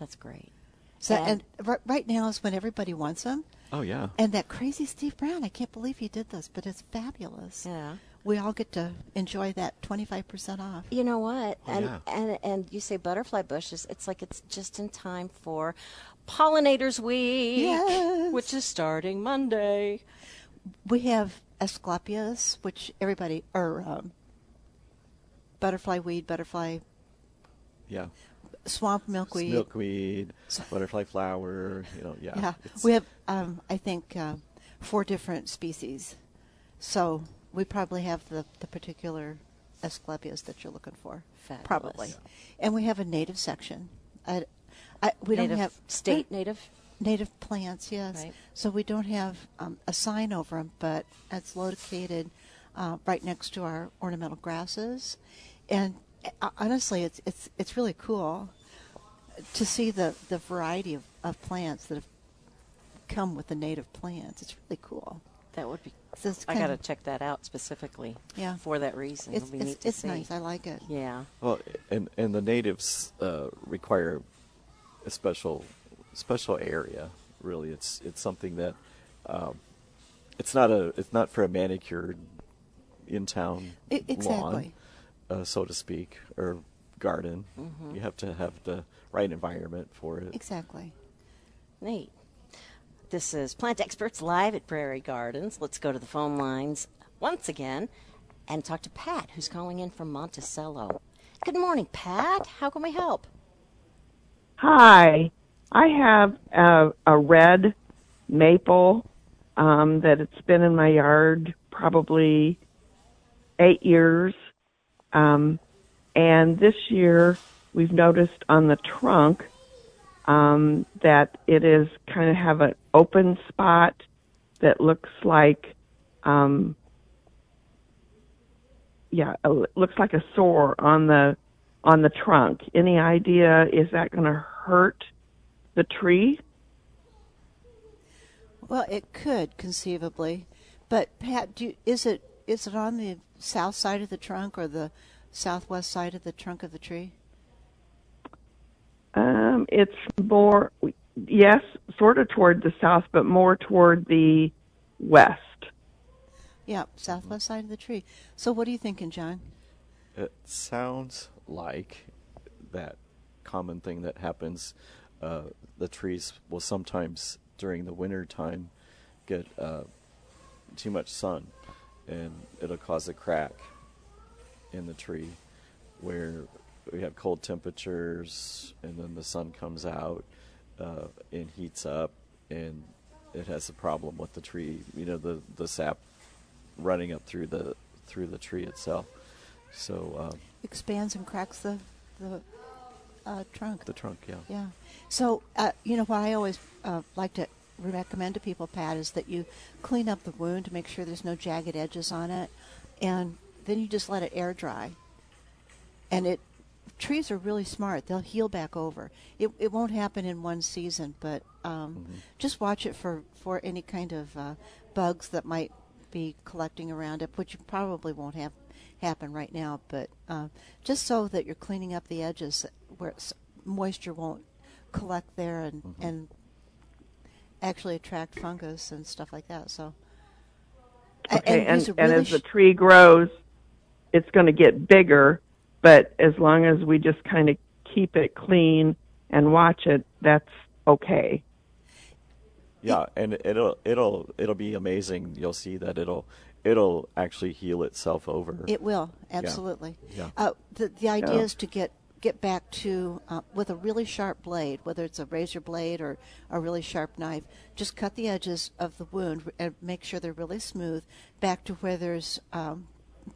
Speaker 1: that's great.
Speaker 2: So
Speaker 1: And-
Speaker 2: and, ri- right now is when everybody wants them.
Speaker 3: Oh yeah.
Speaker 2: And that crazy Steve Brown, I can't believe he did this, but it's fabulous.
Speaker 1: Yeah.
Speaker 2: We all get to enjoy that twenty five percent off.
Speaker 1: You know what?
Speaker 3: Oh,
Speaker 1: and
Speaker 3: yeah.
Speaker 1: and and you say butterfly bushes. It's like it's just in time for pollinators week,
Speaker 2: Yes.
Speaker 1: which is starting Monday.
Speaker 2: We have Asclepias, which everybody, or um, butterfly weed, butterfly
Speaker 3: Yeah.
Speaker 2: swamp milkweed.
Speaker 3: Milkweed, butterfly flower, you know, yeah.
Speaker 2: yeah,
Speaker 3: It's-
Speaker 2: we have, um, I think, uh, four different species. So we probably have the, the particular Asclepias that you're looking for.
Speaker 1: Fabulous.
Speaker 2: Probably.
Speaker 1: Yeah.
Speaker 2: And we have a native section. I, I, we
Speaker 1: native
Speaker 2: don't have
Speaker 1: state native.
Speaker 2: native plants, yes.
Speaker 1: Right.
Speaker 2: So we don't have um, a sign over them, but it's located uh, right next to our ornamental grasses, and uh, honestly, it's it's it's really cool to see the the variety of, of plants that have come with the native plants. It's really cool.
Speaker 1: That would be.
Speaker 2: So it's
Speaker 1: I
Speaker 2: kind
Speaker 1: got to
Speaker 2: of-
Speaker 1: check that out specifically.
Speaker 2: Yeah.
Speaker 1: For that reason,
Speaker 2: It's
Speaker 1: it'll be neat
Speaker 2: it's,
Speaker 1: to
Speaker 2: it's
Speaker 1: see.
Speaker 2: nice. I like it.
Speaker 1: Yeah.
Speaker 3: Well, and and the natives uh, require a special special area. Really, it's it's something that um, it's not a it's not for a manicured in town
Speaker 2: E-
Speaker 3: lawn,
Speaker 2: exactly.
Speaker 3: uh, so to speak, or garden.
Speaker 2: Mm-hmm.
Speaker 3: You have to have the right environment for it.
Speaker 2: Exactly.
Speaker 1: Neat. This is Plant Experts live at Prairie Gardens. Let's go to the phone lines once again and talk to Pat, who's calling in from Monticello. Good morning, Pat. How can we help?
Speaker 5: Hi, I have a, a red maple um, that it's been in my yard probably eight years, um, and this year we've noticed on the trunk um, that it is kind of have an open spot that looks like. Um, yeah, it l- looks like a sore on the on the trunk. Any idea is that going to hurt the tree?
Speaker 2: Well, it could conceivably, but Pat, do you, is it is it on the south side of the trunk or the southwest side of the trunk of the tree?
Speaker 5: Um, it's more, yes, sort of toward the south, but more toward the west.
Speaker 2: Yeah, southwest side of the tree. So what are you thinking, John?
Speaker 3: It sounds like that common thing that happens. Uh, the trees will sometimes, during the winter time, get uh, too much sun, and it'll cause a crack in the tree where we have cold temperatures, and then the sun comes out uh, and heats up, and it has a problem with the tree. You know, the the sap running up through the through the tree itself. So um,
Speaker 2: Expands and cracks the the uh, trunk.
Speaker 3: the trunk, yeah.
Speaker 2: Yeah. So, uh, you know, what I always uh, like to recommend to people, Pat, is that you clean up the wound to make sure there's no jagged edges on it, and then you just let it air dry. And it, trees are really smart. They'll heal back over. It, it won't happen in one season, but um, just watch it for, for any kind of uh, bugs that might be collecting around it, which you probably won't have happen right now, but uh, just so that you're cleaning up the edges where it's, moisture won't collect there and, and actually attract fungus and stuff like that. So, A-
Speaker 5: Okay,
Speaker 2: use
Speaker 5: and,
Speaker 2: a
Speaker 5: and
Speaker 2: really
Speaker 5: as the
Speaker 2: sh-
Speaker 5: tree grows, it's going to get bigger, but as long as we just kind of keep it clean and watch it, that's okay.
Speaker 3: Yeah, and it'll it'll it'll be amazing. You'll see that it'll it'll actually heal itself over.
Speaker 2: It will absolutely.
Speaker 3: Yeah.
Speaker 2: Uh, the the idea
Speaker 5: Yeah.
Speaker 2: is to get get back to uh, with a really sharp blade, whether it's a razor blade or a really sharp knife. Just cut the edges of the wound and make sure they're really smooth, back to where there's um,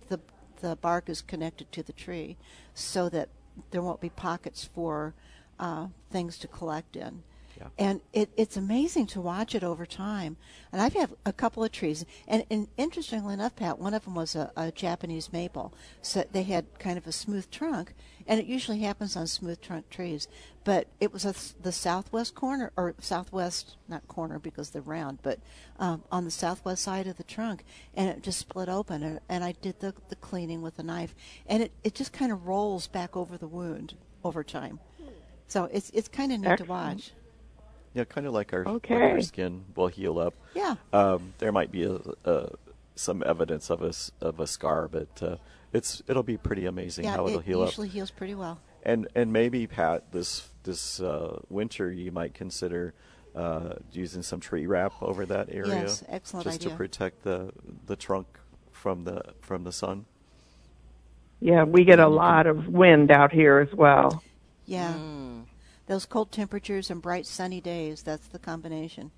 Speaker 2: the the bark is connected to the tree, so that there won't be pockets for uh, things to collect in.
Speaker 3: Yeah.
Speaker 2: And it, it's amazing to watch it over time. And I've had a couple of trees, and, and interestingly enough, Pat, one of them was a, a Japanese maple. So they had kind of a smooth trunk, and it usually happens on smooth trunk trees. But it was a, s- the southwest corner, or southwest, not corner because they're round, but um, on the southwest side of the trunk, and it just split open. And, and I did the, the cleaning with a knife, and it, it just kind of rolls back over the wound over time. So it's it's kind of neat
Speaker 5: Excellent.
Speaker 2: to watch.
Speaker 3: Yeah, kind of like our like
Speaker 5: Okay.
Speaker 3: our skin will heal up.
Speaker 2: Yeah.
Speaker 3: Um, there might be a, a, some evidence of a s- of a scar, but uh, it's it'll be pretty amazing
Speaker 2: Yeah,
Speaker 3: how it'll
Speaker 2: it
Speaker 3: heal up.
Speaker 2: usually heals pretty well.
Speaker 3: And and maybe Pat, this this uh, winter you might consider uh, using some tree wrap over that area.
Speaker 2: Yes, excellent
Speaker 3: just
Speaker 2: idea.
Speaker 3: to protect the the trunk from the from the sun.
Speaker 5: Yeah, we get
Speaker 3: Yeah,
Speaker 5: a
Speaker 3: you can-
Speaker 5: lot of wind out here as well.
Speaker 2: Yeah.
Speaker 1: Mm.
Speaker 2: Those cold temperatures and bright sunny days, that's the combination.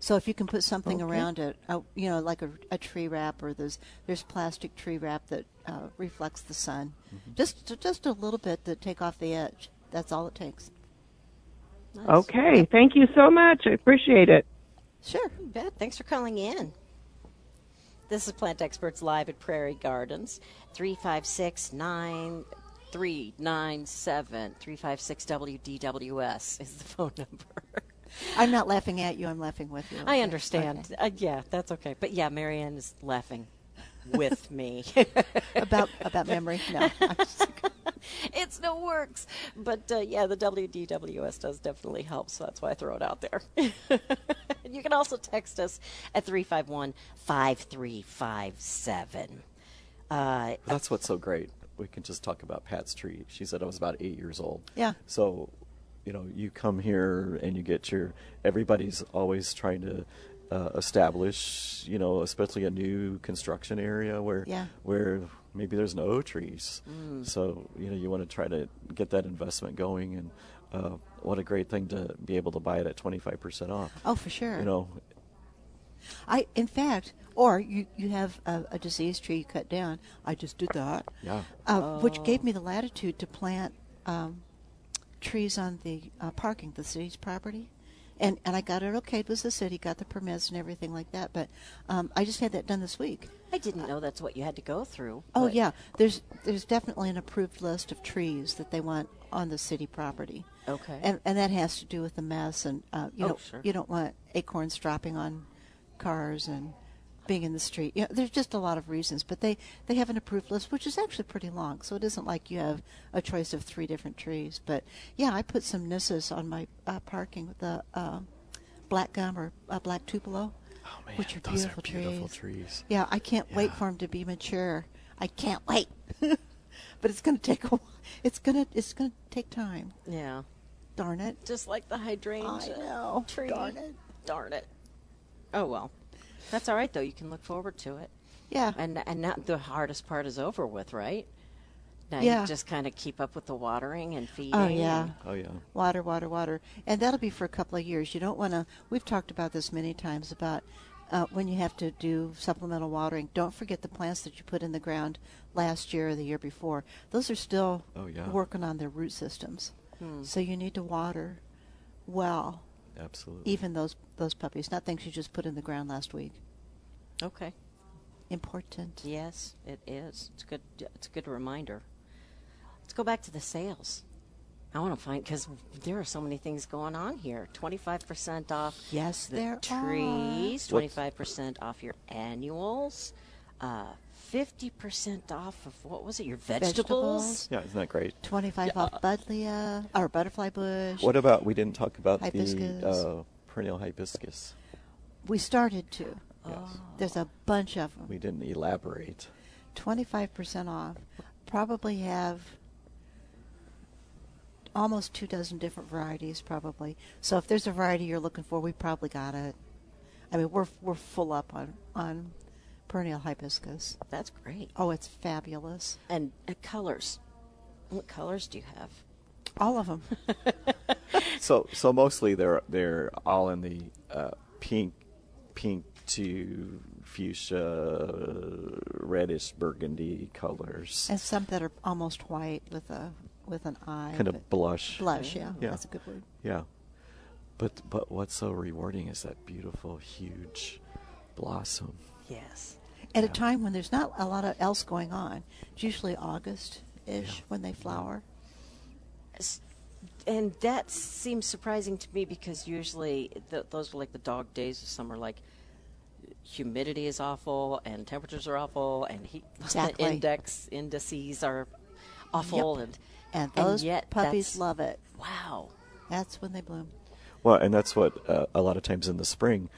Speaker 2: So if you can put something around it, uh, you know, like a, a tree wrap or there's there's plastic tree wrap that uh, reflects the sun,
Speaker 1: Mm-hmm.
Speaker 2: just ju- just a little bit to take off the edge. That's all it takes.
Speaker 1: Nice.
Speaker 5: Okay, thank you so much. I appreciate it.
Speaker 2: Sure.
Speaker 1: You bet. Thanks for calling in. This is Plant Experts Live at Prairie Gardens, 356 9397. 356 WDWS is the phone number.
Speaker 2: I'm not laughing at you. I'm laughing with you.
Speaker 1: I
Speaker 2: Okay.
Speaker 1: understand.
Speaker 2: Okay.
Speaker 1: Uh, yeah, that's okay. But yeah, Marianne is laughing with me.
Speaker 2: about about memory. No. I'm just-
Speaker 1: it's no works. But uh, yeah, the WDWS does definitely help, so that's why I throw it out there. and you can also text us at 351 5357. Uh,
Speaker 3: That's what's so great. We can just talk about Pat's tree. She said I was about eight years old.
Speaker 2: Yeah.
Speaker 3: So, you know, you come here and you get your. Everybody's always trying to uh, establish, you know, especially a new construction area where
Speaker 2: Yeah. Mm.
Speaker 3: where maybe there's no trees. So you know you want to try to get that investment going, and uh, what a great thing to be able to buy it at twenty five percent off.
Speaker 2: oh, for sure.
Speaker 3: You know,
Speaker 2: I, in fact, or you, you have a, a diseased tree you cut down. I just did that.
Speaker 3: Yeah.
Speaker 2: Uh, Which gave me the latitude to plant um, trees on the uh, parking, the city's property. And, and I got it okay. It was the city, got the permits and everything like that. But um, I just had that done this week.
Speaker 1: I didn't know that's what you had to go through.
Speaker 2: Oh,
Speaker 1: but-
Speaker 2: yeah. There's, there's definitely an approved list of trees that they want on the city property.
Speaker 1: Okay.
Speaker 2: And, and that has to do with the mess. And uh, you,
Speaker 1: Oh,
Speaker 2: don't,
Speaker 1: sure.
Speaker 2: you don't want acorns dropping on cars and being in the street. You know, there's just a lot of reasons, but they, they have an approved list, which is actually pretty long. So it isn't like you have a choice of three different trees. But yeah, I put some nissus on my uh, parking with the uh, black gum or uh, black tupelo,
Speaker 6: Oh man,
Speaker 2: which are
Speaker 6: those
Speaker 2: beautiful,
Speaker 6: are beautiful
Speaker 2: trees.
Speaker 6: trees.
Speaker 2: Yeah, I can't wait
Speaker 6: Yeah.
Speaker 2: for them to be mature. I can't wait. but it's going to take a while. It's going to it's going to take time.
Speaker 1: Yeah.
Speaker 2: Darn it.
Speaker 1: Just like the
Speaker 2: I
Speaker 1: hydrangea.
Speaker 2: know.
Speaker 1: Tree.
Speaker 2: Darn it.
Speaker 1: Darn it. Oh well. That's all right though. You can look forward to it.
Speaker 2: Yeah.
Speaker 1: And and now the hardest part is over with, right? Now
Speaker 2: Yeah.
Speaker 1: you just kind of keep up with the watering and feeding.
Speaker 2: Oh yeah.
Speaker 1: and-
Speaker 3: Oh yeah.
Speaker 2: Water, water, water. And that'll be for a couple of years. You don't want to, we've talked about this many times about uh, when you have to do supplemental watering, don't forget the plants that you put in the ground last year or the year before. Those are still
Speaker 3: Oh, yeah.
Speaker 2: working on their root systems.
Speaker 1: Hmm.
Speaker 2: So you need to water well,
Speaker 3: Absolutely.
Speaker 2: even those, those puppies, not things you just put in the ground last week.
Speaker 1: okay.
Speaker 2: Important.
Speaker 1: Yes, it is. It's good. It's a good reminder. Let's go back to the sales. I want to find because there are so many things going on here. Twenty-five percent off.
Speaker 2: Yes,
Speaker 1: the
Speaker 2: there
Speaker 1: trees. Twenty-five percent off your annuals. uh, Fifty percent off of what was it? Your vegetables.
Speaker 2: Vegetables.
Speaker 3: yeah, isn't that great?
Speaker 2: 25 off Buddleia or Butterfly Bush.
Speaker 3: What about we didn't talk about
Speaker 2: Hibiscus.
Speaker 3: the uh, perennial hibiscus?
Speaker 2: We started to.
Speaker 1: Oh,
Speaker 3: Yes.
Speaker 2: There's a bunch of them.
Speaker 3: We didn't elaborate.
Speaker 2: 25% off. Probably have almost two dozen different varieties, probably. So if there's a variety you're looking for, we probably got it. I mean, we're, we're full up on, on perennial hibiscus.
Speaker 1: That's great.
Speaker 2: Oh, it's fabulous.
Speaker 1: And uh, colors. What colors do you have?
Speaker 2: All of them.
Speaker 3: So so mostly they're they're all in the uh, pink pink to fuchsia reddish burgundy colors.
Speaker 2: and some that are almost white with a with an eye.
Speaker 3: kind
Speaker 2: but-
Speaker 3: of blush.
Speaker 2: Blush, yeah,
Speaker 3: Yeah.
Speaker 2: That's a good word.
Speaker 3: Yeah. But but what's so rewarding is that beautiful huge blossom.
Speaker 1: Yes.
Speaker 2: At a time when there's not a lot of else going on. It's usually August ish when they flower.
Speaker 1: S- And that seems surprising to me because usually th- those were like the dog days of summer. Like humidity is awful, and temperatures are awful, and heat
Speaker 2: Exactly.
Speaker 1: the index indices are awful, and
Speaker 2: And those
Speaker 1: yet
Speaker 2: puppies
Speaker 1: that's-
Speaker 2: love it.
Speaker 1: wow, Oh,
Speaker 2: That's when they bloom.
Speaker 3: Well, and that's what uh, a lot of times in the spring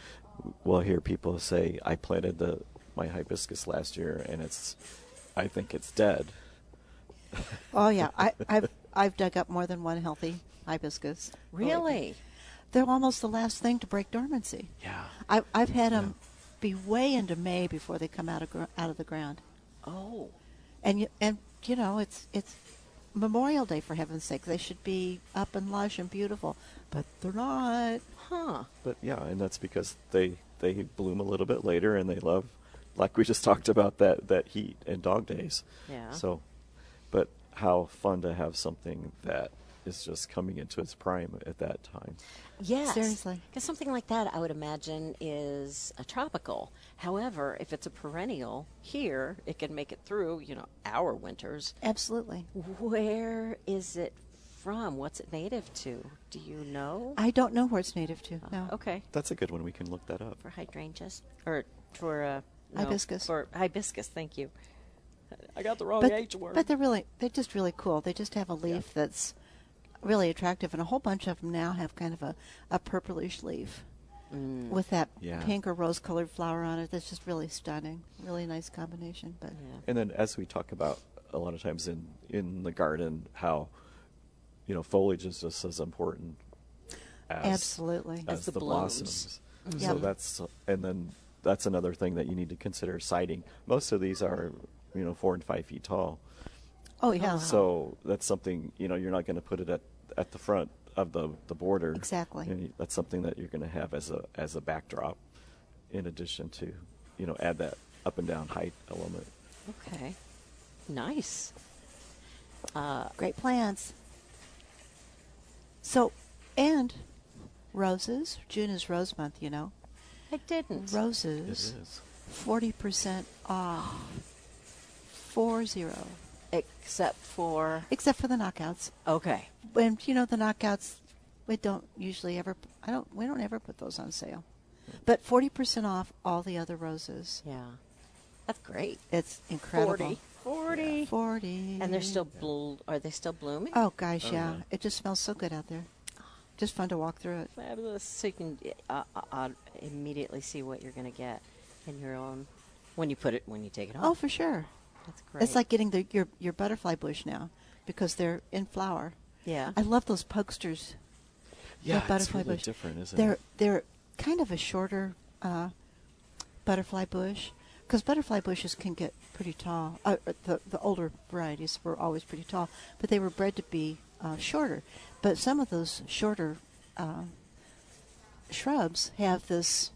Speaker 3: we'll hear people say I planted the my hibiscus last year and it's I think it's dead.
Speaker 2: Oh yeah, I, I've I've dug up more than one healthy hibiscus. Oh,
Speaker 1: really?
Speaker 2: They're almost the last thing to break dormancy.
Speaker 3: Yeah.
Speaker 2: I, I've had them be way into May before they come out of gr- out of the ground,
Speaker 1: Oh,
Speaker 2: and you, and you know it's it's Memorial Day for heaven's sake. They should be up and lush and beautiful, but they're not.
Speaker 1: huh.
Speaker 3: But yeah, and that's because they they bloom a little bit later and they love like we just talked about that that heat and dog days.
Speaker 1: Yeah.
Speaker 3: So but how fun to have something that is just coming into its prime at that time.
Speaker 1: Yes.
Speaker 2: Seriously.
Speaker 1: Because something like that, I would imagine, is a tropical. However, if it's a perennial here, it can make it through, you know, our winters.
Speaker 2: Absolutely,
Speaker 1: Where is it from? What's it native to? Do you know? Uh,
Speaker 2: I don't know where it's native to. No.
Speaker 1: Okay,
Speaker 3: That's a good one. We can look that up.
Speaker 1: for hydrangeas or for uh, no,
Speaker 2: Hibiscus.
Speaker 1: For hibiscus, thank you. I got Oh, the wrong
Speaker 2: but,
Speaker 1: H word.
Speaker 2: but they're really they're just really cool. They just have a leaf that's really attractive, and a whole bunch of them now have kind of a, a purplish leaf
Speaker 1: Mm.
Speaker 2: with that
Speaker 3: Yeah.
Speaker 2: pink or rose colored flower on it. That's just really stunning. Really nice combination. But
Speaker 3: And then as we talk about a lot of times in in the garden how you know foliage is just as important as
Speaker 2: absolutely,
Speaker 3: as,
Speaker 1: the
Speaker 3: the,
Speaker 1: blooms.
Speaker 3: blossoms.
Speaker 2: Yeah.
Speaker 3: So that's and then that's another thing that you need to consider sighting. Most of these are, you know, four and five feet tall.
Speaker 2: oh yeah,
Speaker 3: So that's something you know you're not going to put it at at the front of the the border.
Speaker 2: Exactly.
Speaker 3: And you- that's something that you're going to have as a as a backdrop, in addition to, you know, add that up and down height element.
Speaker 1: okay, nice.
Speaker 2: great plants. So, and roses. June is Rose Month, you know.
Speaker 1: I didn't.
Speaker 3: It
Speaker 2: Roses,
Speaker 3: is.
Speaker 2: forty percent off. Four zero,
Speaker 1: Except for
Speaker 2: except for the knockouts.
Speaker 1: okay,
Speaker 2: and you know the knockouts we don't usually ever i don't we don't ever put those on sale But 40% off all the other roses.
Speaker 1: Yeah. That's great.
Speaker 2: It's incredible.
Speaker 1: 40. 40.
Speaker 2: 40.
Speaker 1: And they're still blue. Are they still blooming?
Speaker 2: Oh, gosh, yeah. It just smells so good out there.
Speaker 1: Ah.
Speaker 2: Just fun to walk through it.
Speaker 1: Fabulous. So you can uh, uh, uh, immediately see what you're going to get in your own when you put it when you take it
Speaker 2: Oh,
Speaker 1: off.
Speaker 2: for sure.
Speaker 1: that's great.
Speaker 2: It's like getting the, your, your butterfly bush now because they're in flower.
Speaker 1: yeah.
Speaker 2: I love those pokesters.
Speaker 3: Yeah,
Speaker 2: the
Speaker 3: it's
Speaker 2: butterfly
Speaker 3: really
Speaker 2: bush.
Speaker 3: different, isn't
Speaker 2: they're,
Speaker 3: it?
Speaker 2: They're kind of a shorter uh, butterfly bush because butterfly bushes can get pretty tall. Uh, uh, the, the older varieties were always pretty tall, but they were bred to be uh, shorter. But some of those shorter uh, shrubs have this.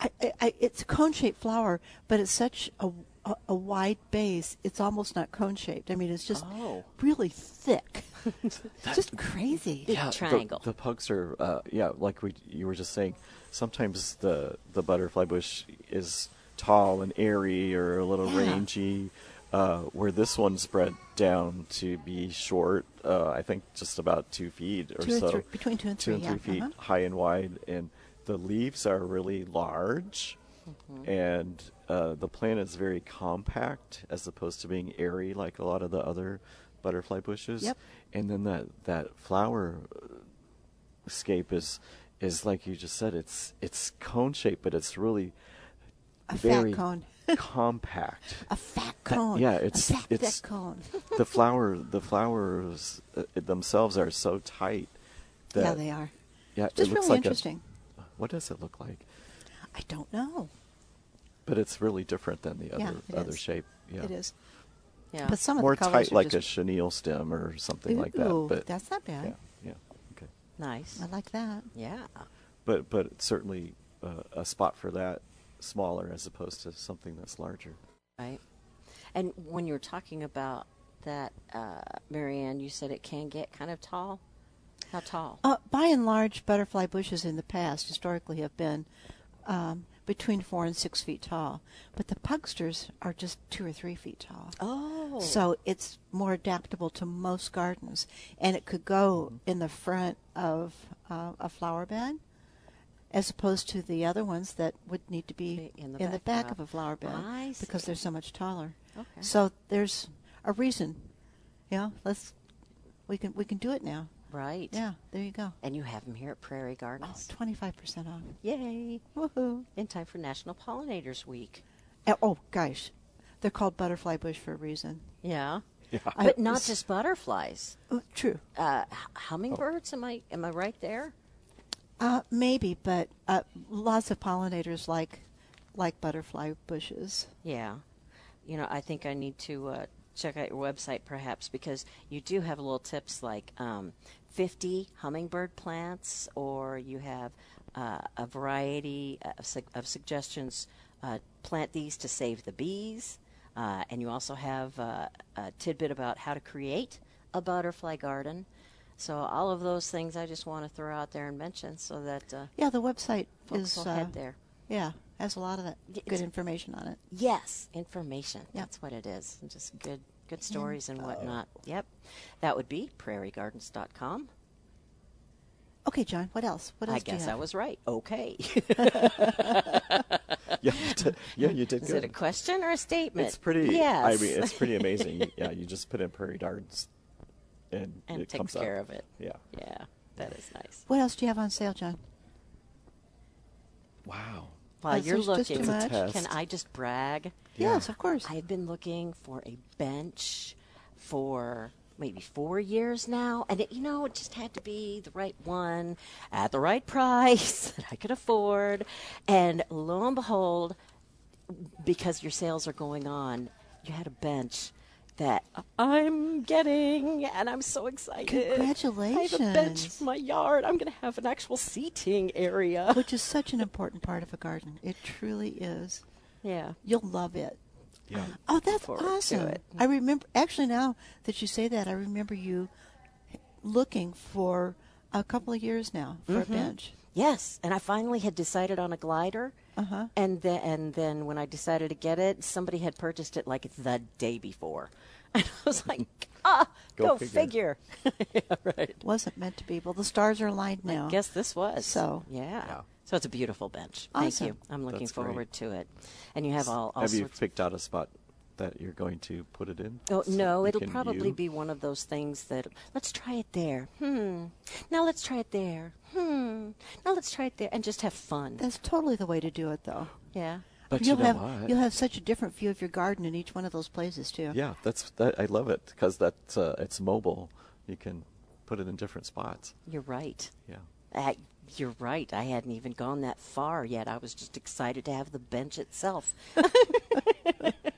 Speaker 2: I, I- I, it's a cone-shaped flower, but it's such a, a, a wide base. It's almost not cone-shaped. I mean, it's just
Speaker 1: Oh.
Speaker 2: really thick. It's just crazy.
Speaker 1: Yeah.
Speaker 3: the-
Speaker 1: triangle.
Speaker 3: The, pugs are, uh, yeah, like we you were just saying. Sometimes the the butterfly bush is tall and airy or a little
Speaker 2: Yeah.
Speaker 3: rangy, uh, where this one's bred down to be short. Uh, I think just about two feet or
Speaker 2: Two and
Speaker 3: so,
Speaker 2: three- between two and
Speaker 3: two and
Speaker 2: three,
Speaker 3: three
Speaker 2: yeah,
Speaker 3: feet
Speaker 2: uh-huh.
Speaker 3: high and wide, and the leaves are really large.
Speaker 2: Mm-hmm.
Speaker 3: And uh, the plant is very compact as opposed to being airy like a lot of the other butterfly bushes.
Speaker 2: Yep.
Speaker 3: And then that, that flower uh, scape is is like you just said it's it's cone shaped but it's really
Speaker 2: A
Speaker 3: very
Speaker 2: fat cone.
Speaker 3: compact
Speaker 2: A fat cone.
Speaker 3: yeah it's
Speaker 2: a fat
Speaker 3: it's
Speaker 2: thick cone.
Speaker 3: the flower the flowers uh, themselves are so tight that
Speaker 2: yeah, they are.
Speaker 3: yeah it
Speaker 2: Just
Speaker 3: looks
Speaker 2: really
Speaker 3: like a-
Speaker 2: interesting.
Speaker 3: what does it look like
Speaker 2: I don't know.
Speaker 3: but it's really different than the other
Speaker 2: Yeah, it
Speaker 3: other
Speaker 2: is.
Speaker 3: shape yeah
Speaker 2: It is.
Speaker 1: yeah.
Speaker 2: But some
Speaker 3: more
Speaker 2: of the colors
Speaker 3: tight
Speaker 2: are
Speaker 3: like a
Speaker 2: just,
Speaker 3: chenille stem or something like that
Speaker 2: Ooh,
Speaker 3: but
Speaker 2: that's not bad.
Speaker 3: yeah yeah okay
Speaker 1: nice.
Speaker 2: I like that.
Speaker 1: Yeah.
Speaker 3: but but certainly uh, a spot for that smaller as opposed to something that's larger
Speaker 1: Right. And when you were talking about that, uh, Marianne, you said it can get kind of tall. How tall?
Speaker 2: Uh, by and large, butterfly bushes in the past historically have been um, between four and six feet tall, but the pugsters are just two or three feet tall.
Speaker 1: Oh.
Speaker 2: So it's more adaptable to most gardens, and it could go in the front of uh, a flower bed, as opposed to the other ones that would need to be
Speaker 1: In the back,
Speaker 2: back
Speaker 1: yeah.
Speaker 2: of a flower bed
Speaker 1: I
Speaker 2: because
Speaker 1: see.
Speaker 2: they're so much taller.
Speaker 1: Okay.
Speaker 2: So there's a reason. Yeah, let's we can we can do it now.
Speaker 1: Right.
Speaker 2: Yeah, there you go.
Speaker 1: And you have them here at Prairie Gardens.
Speaker 2: Twenty five percent off.
Speaker 1: Yay.
Speaker 2: Woohoo!
Speaker 1: In time for National Pollinators Week.
Speaker 2: Uh, Oh gosh, they're called butterfly bush for a reason.
Speaker 1: Yeah.
Speaker 3: yeah
Speaker 2: I-
Speaker 1: But not just butterflies.
Speaker 2: Oh, true.
Speaker 1: Uh, h- hummingbirds. Am I am I right there?
Speaker 2: Uh, maybe, but uh, lots of pollinators like like butterfly bushes.
Speaker 1: Yeah. You know, I think I need to uh, check out your website perhaps because you do have little tips like um, 50 hummingbird plants, or you have uh, a variety uh, of, su- of suggestions. Uh, plant these to save the bees. Uh, and you also have uh, a tidbit about how to create a butterfly garden. So, all of those things I just want to throw out there and mention so that uh,
Speaker 2: Yeah, the website
Speaker 1: folks
Speaker 2: is
Speaker 1: will
Speaker 2: uh,
Speaker 1: head there.
Speaker 2: Yeah, has a lot of that
Speaker 1: Y-
Speaker 2: good
Speaker 1: it's-
Speaker 2: information on it.
Speaker 1: Yes, information. That's what it is. And Just good good stories and whatnot. Yep. That would be prairiegardens.com.
Speaker 2: Okay, John, what else? What
Speaker 1: I
Speaker 2: else? do you
Speaker 1: guess I
Speaker 2: have?
Speaker 1: was right. Okay.
Speaker 3: yeah you did, yeah you did
Speaker 1: is
Speaker 3: good
Speaker 1: it a question or a statement?
Speaker 3: It's pretty.
Speaker 1: Yes.
Speaker 3: I mean, it's pretty amazing. yeah, you just put in prairie darts, and,
Speaker 1: and
Speaker 3: it
Speaker 1: takes
Speaker 3: comes
Speaker 1: care
Speaker 3: up.
Speaker 1: of it.
Speaker 3: Yeah.
Speaker 1: Yeah. That is nice.
Speaker 2: What else do you have on sale, John?
Speaker 3: Wow.
Speaker 1: While
Speaker 2: That's
Speaker 1: you're
Speaker 2: just- just too
Speaker 1: looking,
Speaker 2: It's a
Speaker 3: much.
Speaker 1: can
Speaker 3: test.
Speaker 1: I just brag?
Speaker 2: Yes, of course.
Speaker 1: I've been looking for a bench for maybe four years now, and it, you know, it just had to be the right one at the right price that I could afford. And lo and behold, because your sales are going on, you had a bench that I'm getting, and I'm so excited. I have a bench
Speaker 2: Congratulations.
Speaker 1: for my yard. I'm going to have an actual seating area.
Speaker 2: Which is such an important part of a garden. It truly is.
Speaker 1: Yeah.
Speaker 2: You'll love it.
Speaker 3: Yeah.
Speaker 2: Oh, that's
Speaker 1: forward to
Speaker 2: awesome.
Speaker 1: it.
Speaker 2: I remember actually now that you say that, I remember you looking for a couple of years now for
Speaker 1: Mm-hmm.
Speaker 2: a bench.
Speaker 1: Yes, and I finally had decided on a glider. And then and then when I decided to get it, somebody had purchased it like the day before. And I was like, ah,
Speaker 3: Go
Speaker 1: go,
Speaker 3: figure.
Speaker 1: figure. yeah, right.
Speaker 2: Wasn't meant to be. Well, the stars are aligned now.
Speaker 1: Guess this was.
Speaker 2: So.
Speaker 1: yeah.
Speaker 3: Yeah.
Speaker 1: So it's a beautiful bench.
Speaker 2: Awesome.
Speaker 1: Thank you. I'm looking
Speaker 3: That's great.
Speaker 1: forward to it. And you have all, all
Speaker 3: Have you
Speaker 1: sorts
Speaker 3: picked out a spot that you're going to put it in?
Speaker 1: Oh,
Speaker 3: so
Speaker 1: no,
Speaker 3: we
Speaker 1: it'll
Speaker 3: can
Speaker 1: probably
Speaker 3: view?
Speaker 1: be one of those things that let's try it there. Hmm. Now let's try it there. Hmm. Now let's try it there and just have fun.
Speaker 2: That's totally the way to do it, though.
Speaker 1: yeah.
Speaker 3: But
Speaker 2: you'll
Speaker 3: you know
Speaker 2: have
Speaker 3: what?
Speaker 2: you'll have such a different view of your garden in each one of those places too.
Speaker 3: Yeah, that's that. I love it because that's uh, it's mobile. You can put it in different spots.
Speaker 1: You're right.
Speaker 3: Yeah.
Speaker 1: Uh, you're right. I hadn't even gone that far yet. I was just excited to have the bench itself.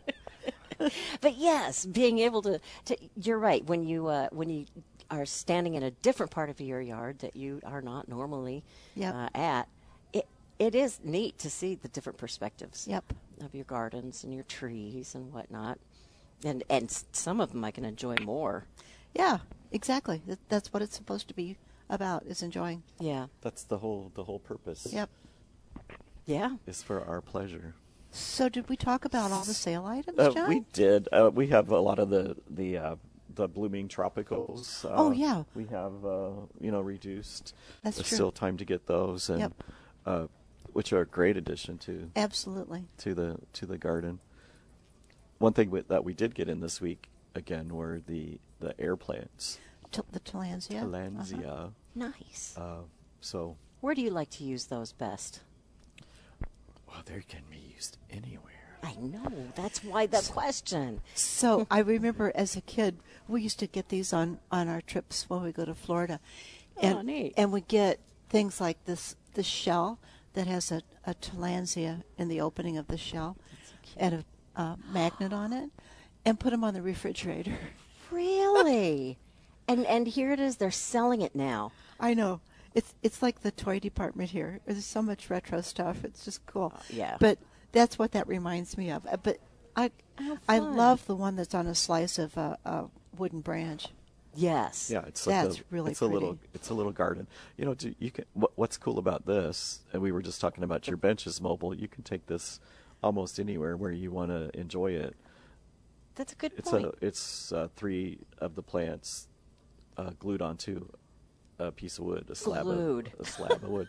Speaker 1: but yes, being able to, to you're right. When you uh, when you are standing in a different part of your yard that you are not normally
Speaker 2: Yep.
Speaker 1: uh, at, it it is neat to see the different perspectives.
Speaker 2: Yep.
Speaker 1: Of your gardens and your trees and whatnot, and and s- some of them I can enjoy more.
Speaker 2: Yeah, exactly. That, that's what it's supposed to be about is enjoying.
Speaker 1: Yeah.
Speaker 3: That's the whole the whole purpose.
Speaker 2: Yep.
Speaker 1: Yeah.
Speaker 3: Is for our pleasure.
Speaker 2: So did we talk about all the sale items,
Speaker 3: Uh,
Speaker 2: John?
Speaker 3: we did. Uh, we have a lot of the the uh, the blooming tropicals. Uh,
Speaker 2: Oh, yeah.
Speaker 3: We have uh, you know reduced.
Speaker 2: That's
Speaker 3: There's
Speaker 2: true.
Speaker 3: Still time to get those, and
Speaker 2: Yep.
Speaker 3: uh, which are a great addition to
Speaker 2: Absolutely.
Speaker 3: to the to the garden. One thing wi- that we did get in this week again were the the air plants,
Speaker 2: T- the Talansia.
Speaker 3: Talansia.
Speaker 2: Uh-huh.
Speaker 1: Nice.
Speaker 3: Uh, so
Speaker 1: Where do you like to use those best?
Speaker 3: well, they can be used anywhere.
Speaker 1: I know. That's why the question.
Speaker 2: So I remember as a kid, we used to get these on, on our trips when we go to Florida, and
Speaker 1: Oh, neat.
Speaker 2: and we get things like this this shell that has a, a talansia in the opening of the shell, and a uh, magnet on it, and put them on the refrigerator.
Speaker 1: Really? and and here it is. They're selling it now.
Speaker 2: I know. It's it's like the toy department here. There's so much retro stuff. It's just cool.
Speaker 1: Oh, yeah.
Speaker 2: But that's what that reminds me of. Uh, But I
Speaker 1: How
Speaker 2: I
Speaker 1: fun.
Speaker 2: love the one that's on a slice of a, a wooden branch.
Speaker 1: Yes.
Speaker 3: Yeah, it's like
Speaker 2: That's
Speaker 3: a,
Speaker 2: really
Speaker 3: it's a little
Speaker 2: pretty.
Speaker 3: it's a little garden. You know, do, you can what, what's cool about this, and we were just talking about your bench is mobile. You can take this almost anywhere where you want to enjoy it.
Speaker 1: That's a good
Speaker 3: It's
Speaker 1: point.
Speaker 3: a it's uh, three of the plants uh, glued onto a piece of wood, a slab
Speaker 1: Glued.
Speaker 3: of a slab of wood.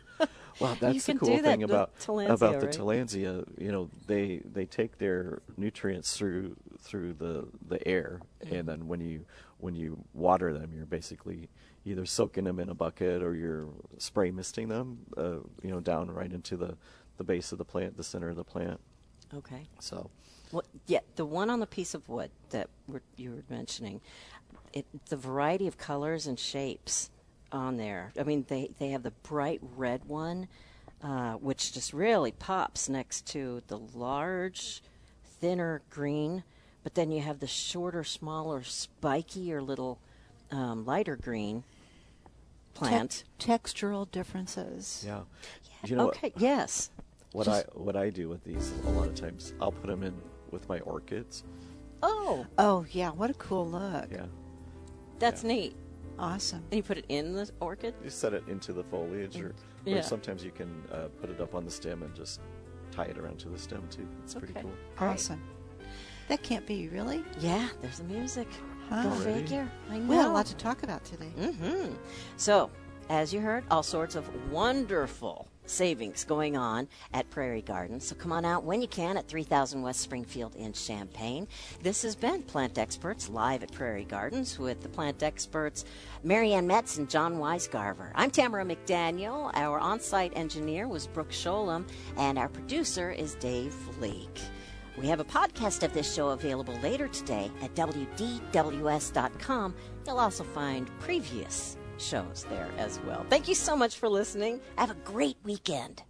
Speaker 3: Wow, that's the
Speaker 1: can
Speaker 3: cool
Speaker 1: do that
Speaker 3: thing
Speaker 1: with
Speaker 3: about
Speaker 1: Tillandsia,
Speaker 3: about the
Speaker 1: right?
Speaker 3: Talansia. You know, they they take their nutrients through through the the air,
Speaker 1: Mm-hmm.
Speaker 3: and then when you when you water them, you're basically either soaking them in a bucket or you're spray misting them. Uh, you know, down right into the the base of the plant, the center of the plant.
Speaker 1: okay.
Speaker 3: So.
Speaker 1: Well, yeah, the one on the piece of wood that we're, you were mentioning, it, the variety of colors and shapes on there. I mean, they, they have the bright red one, uh, which just really pops next to the large, thinner green. But then you have the shorter, smaller, spikier little um, lighter green plant.
Speaker 2: Tex- textural differences.
Speaker 3: Yeah. You know what-
Speaker 1: okay, yes.
Speaker 3: What I what I do with these a lot of times, I'll put them in with my orchids.
Speaker 1: Oh,
Speaker 2: Oh yeah, what a cool look.
Speaker 3: Yeah,
Speaker 1: that's
Speaker 3: Yeah.
Speaker 1: neat.
Speaker 2: Awesome.
Speaker 1: And you put it in the orchid?
Speaker 3: you set it into the foliage, or,
Speaker 1: Yeah.
Speaker 3: or sometimes you can uh, put it up on the stem and just tie it around to the stem too. It's pretty
Speaker 1: Okay.
Speaker 3: cool.
Speaker 1: Great.
Speaker 2: Awesome. That can't be really.
Speaker 1: Yeah, there's the music.
Speaker 2: Huh.
Speaker 1: Go
Speaker 3: Already?
Speaker 1: figure. I know.
Speaker 2: We had a lot to talk about today.
Speaker 1: hmm So, as you heard, all sorts of wonderful savings going on at Prairie Gardens. So come on out when you can at 3000 West Springfield in Champaign. This has been Plant Experts live at Prairie Gardens with the plant experts Marianne Metz and John Weisgarver. I'm Tamara McDaniel. Our on-site engineer was Brooke Sholem, and our producer is Dave Leake. We have a podcast of this show available later today at WDWS.com. You'll also find previous shows there as well. Thank you so much for listening. Have a great weekend.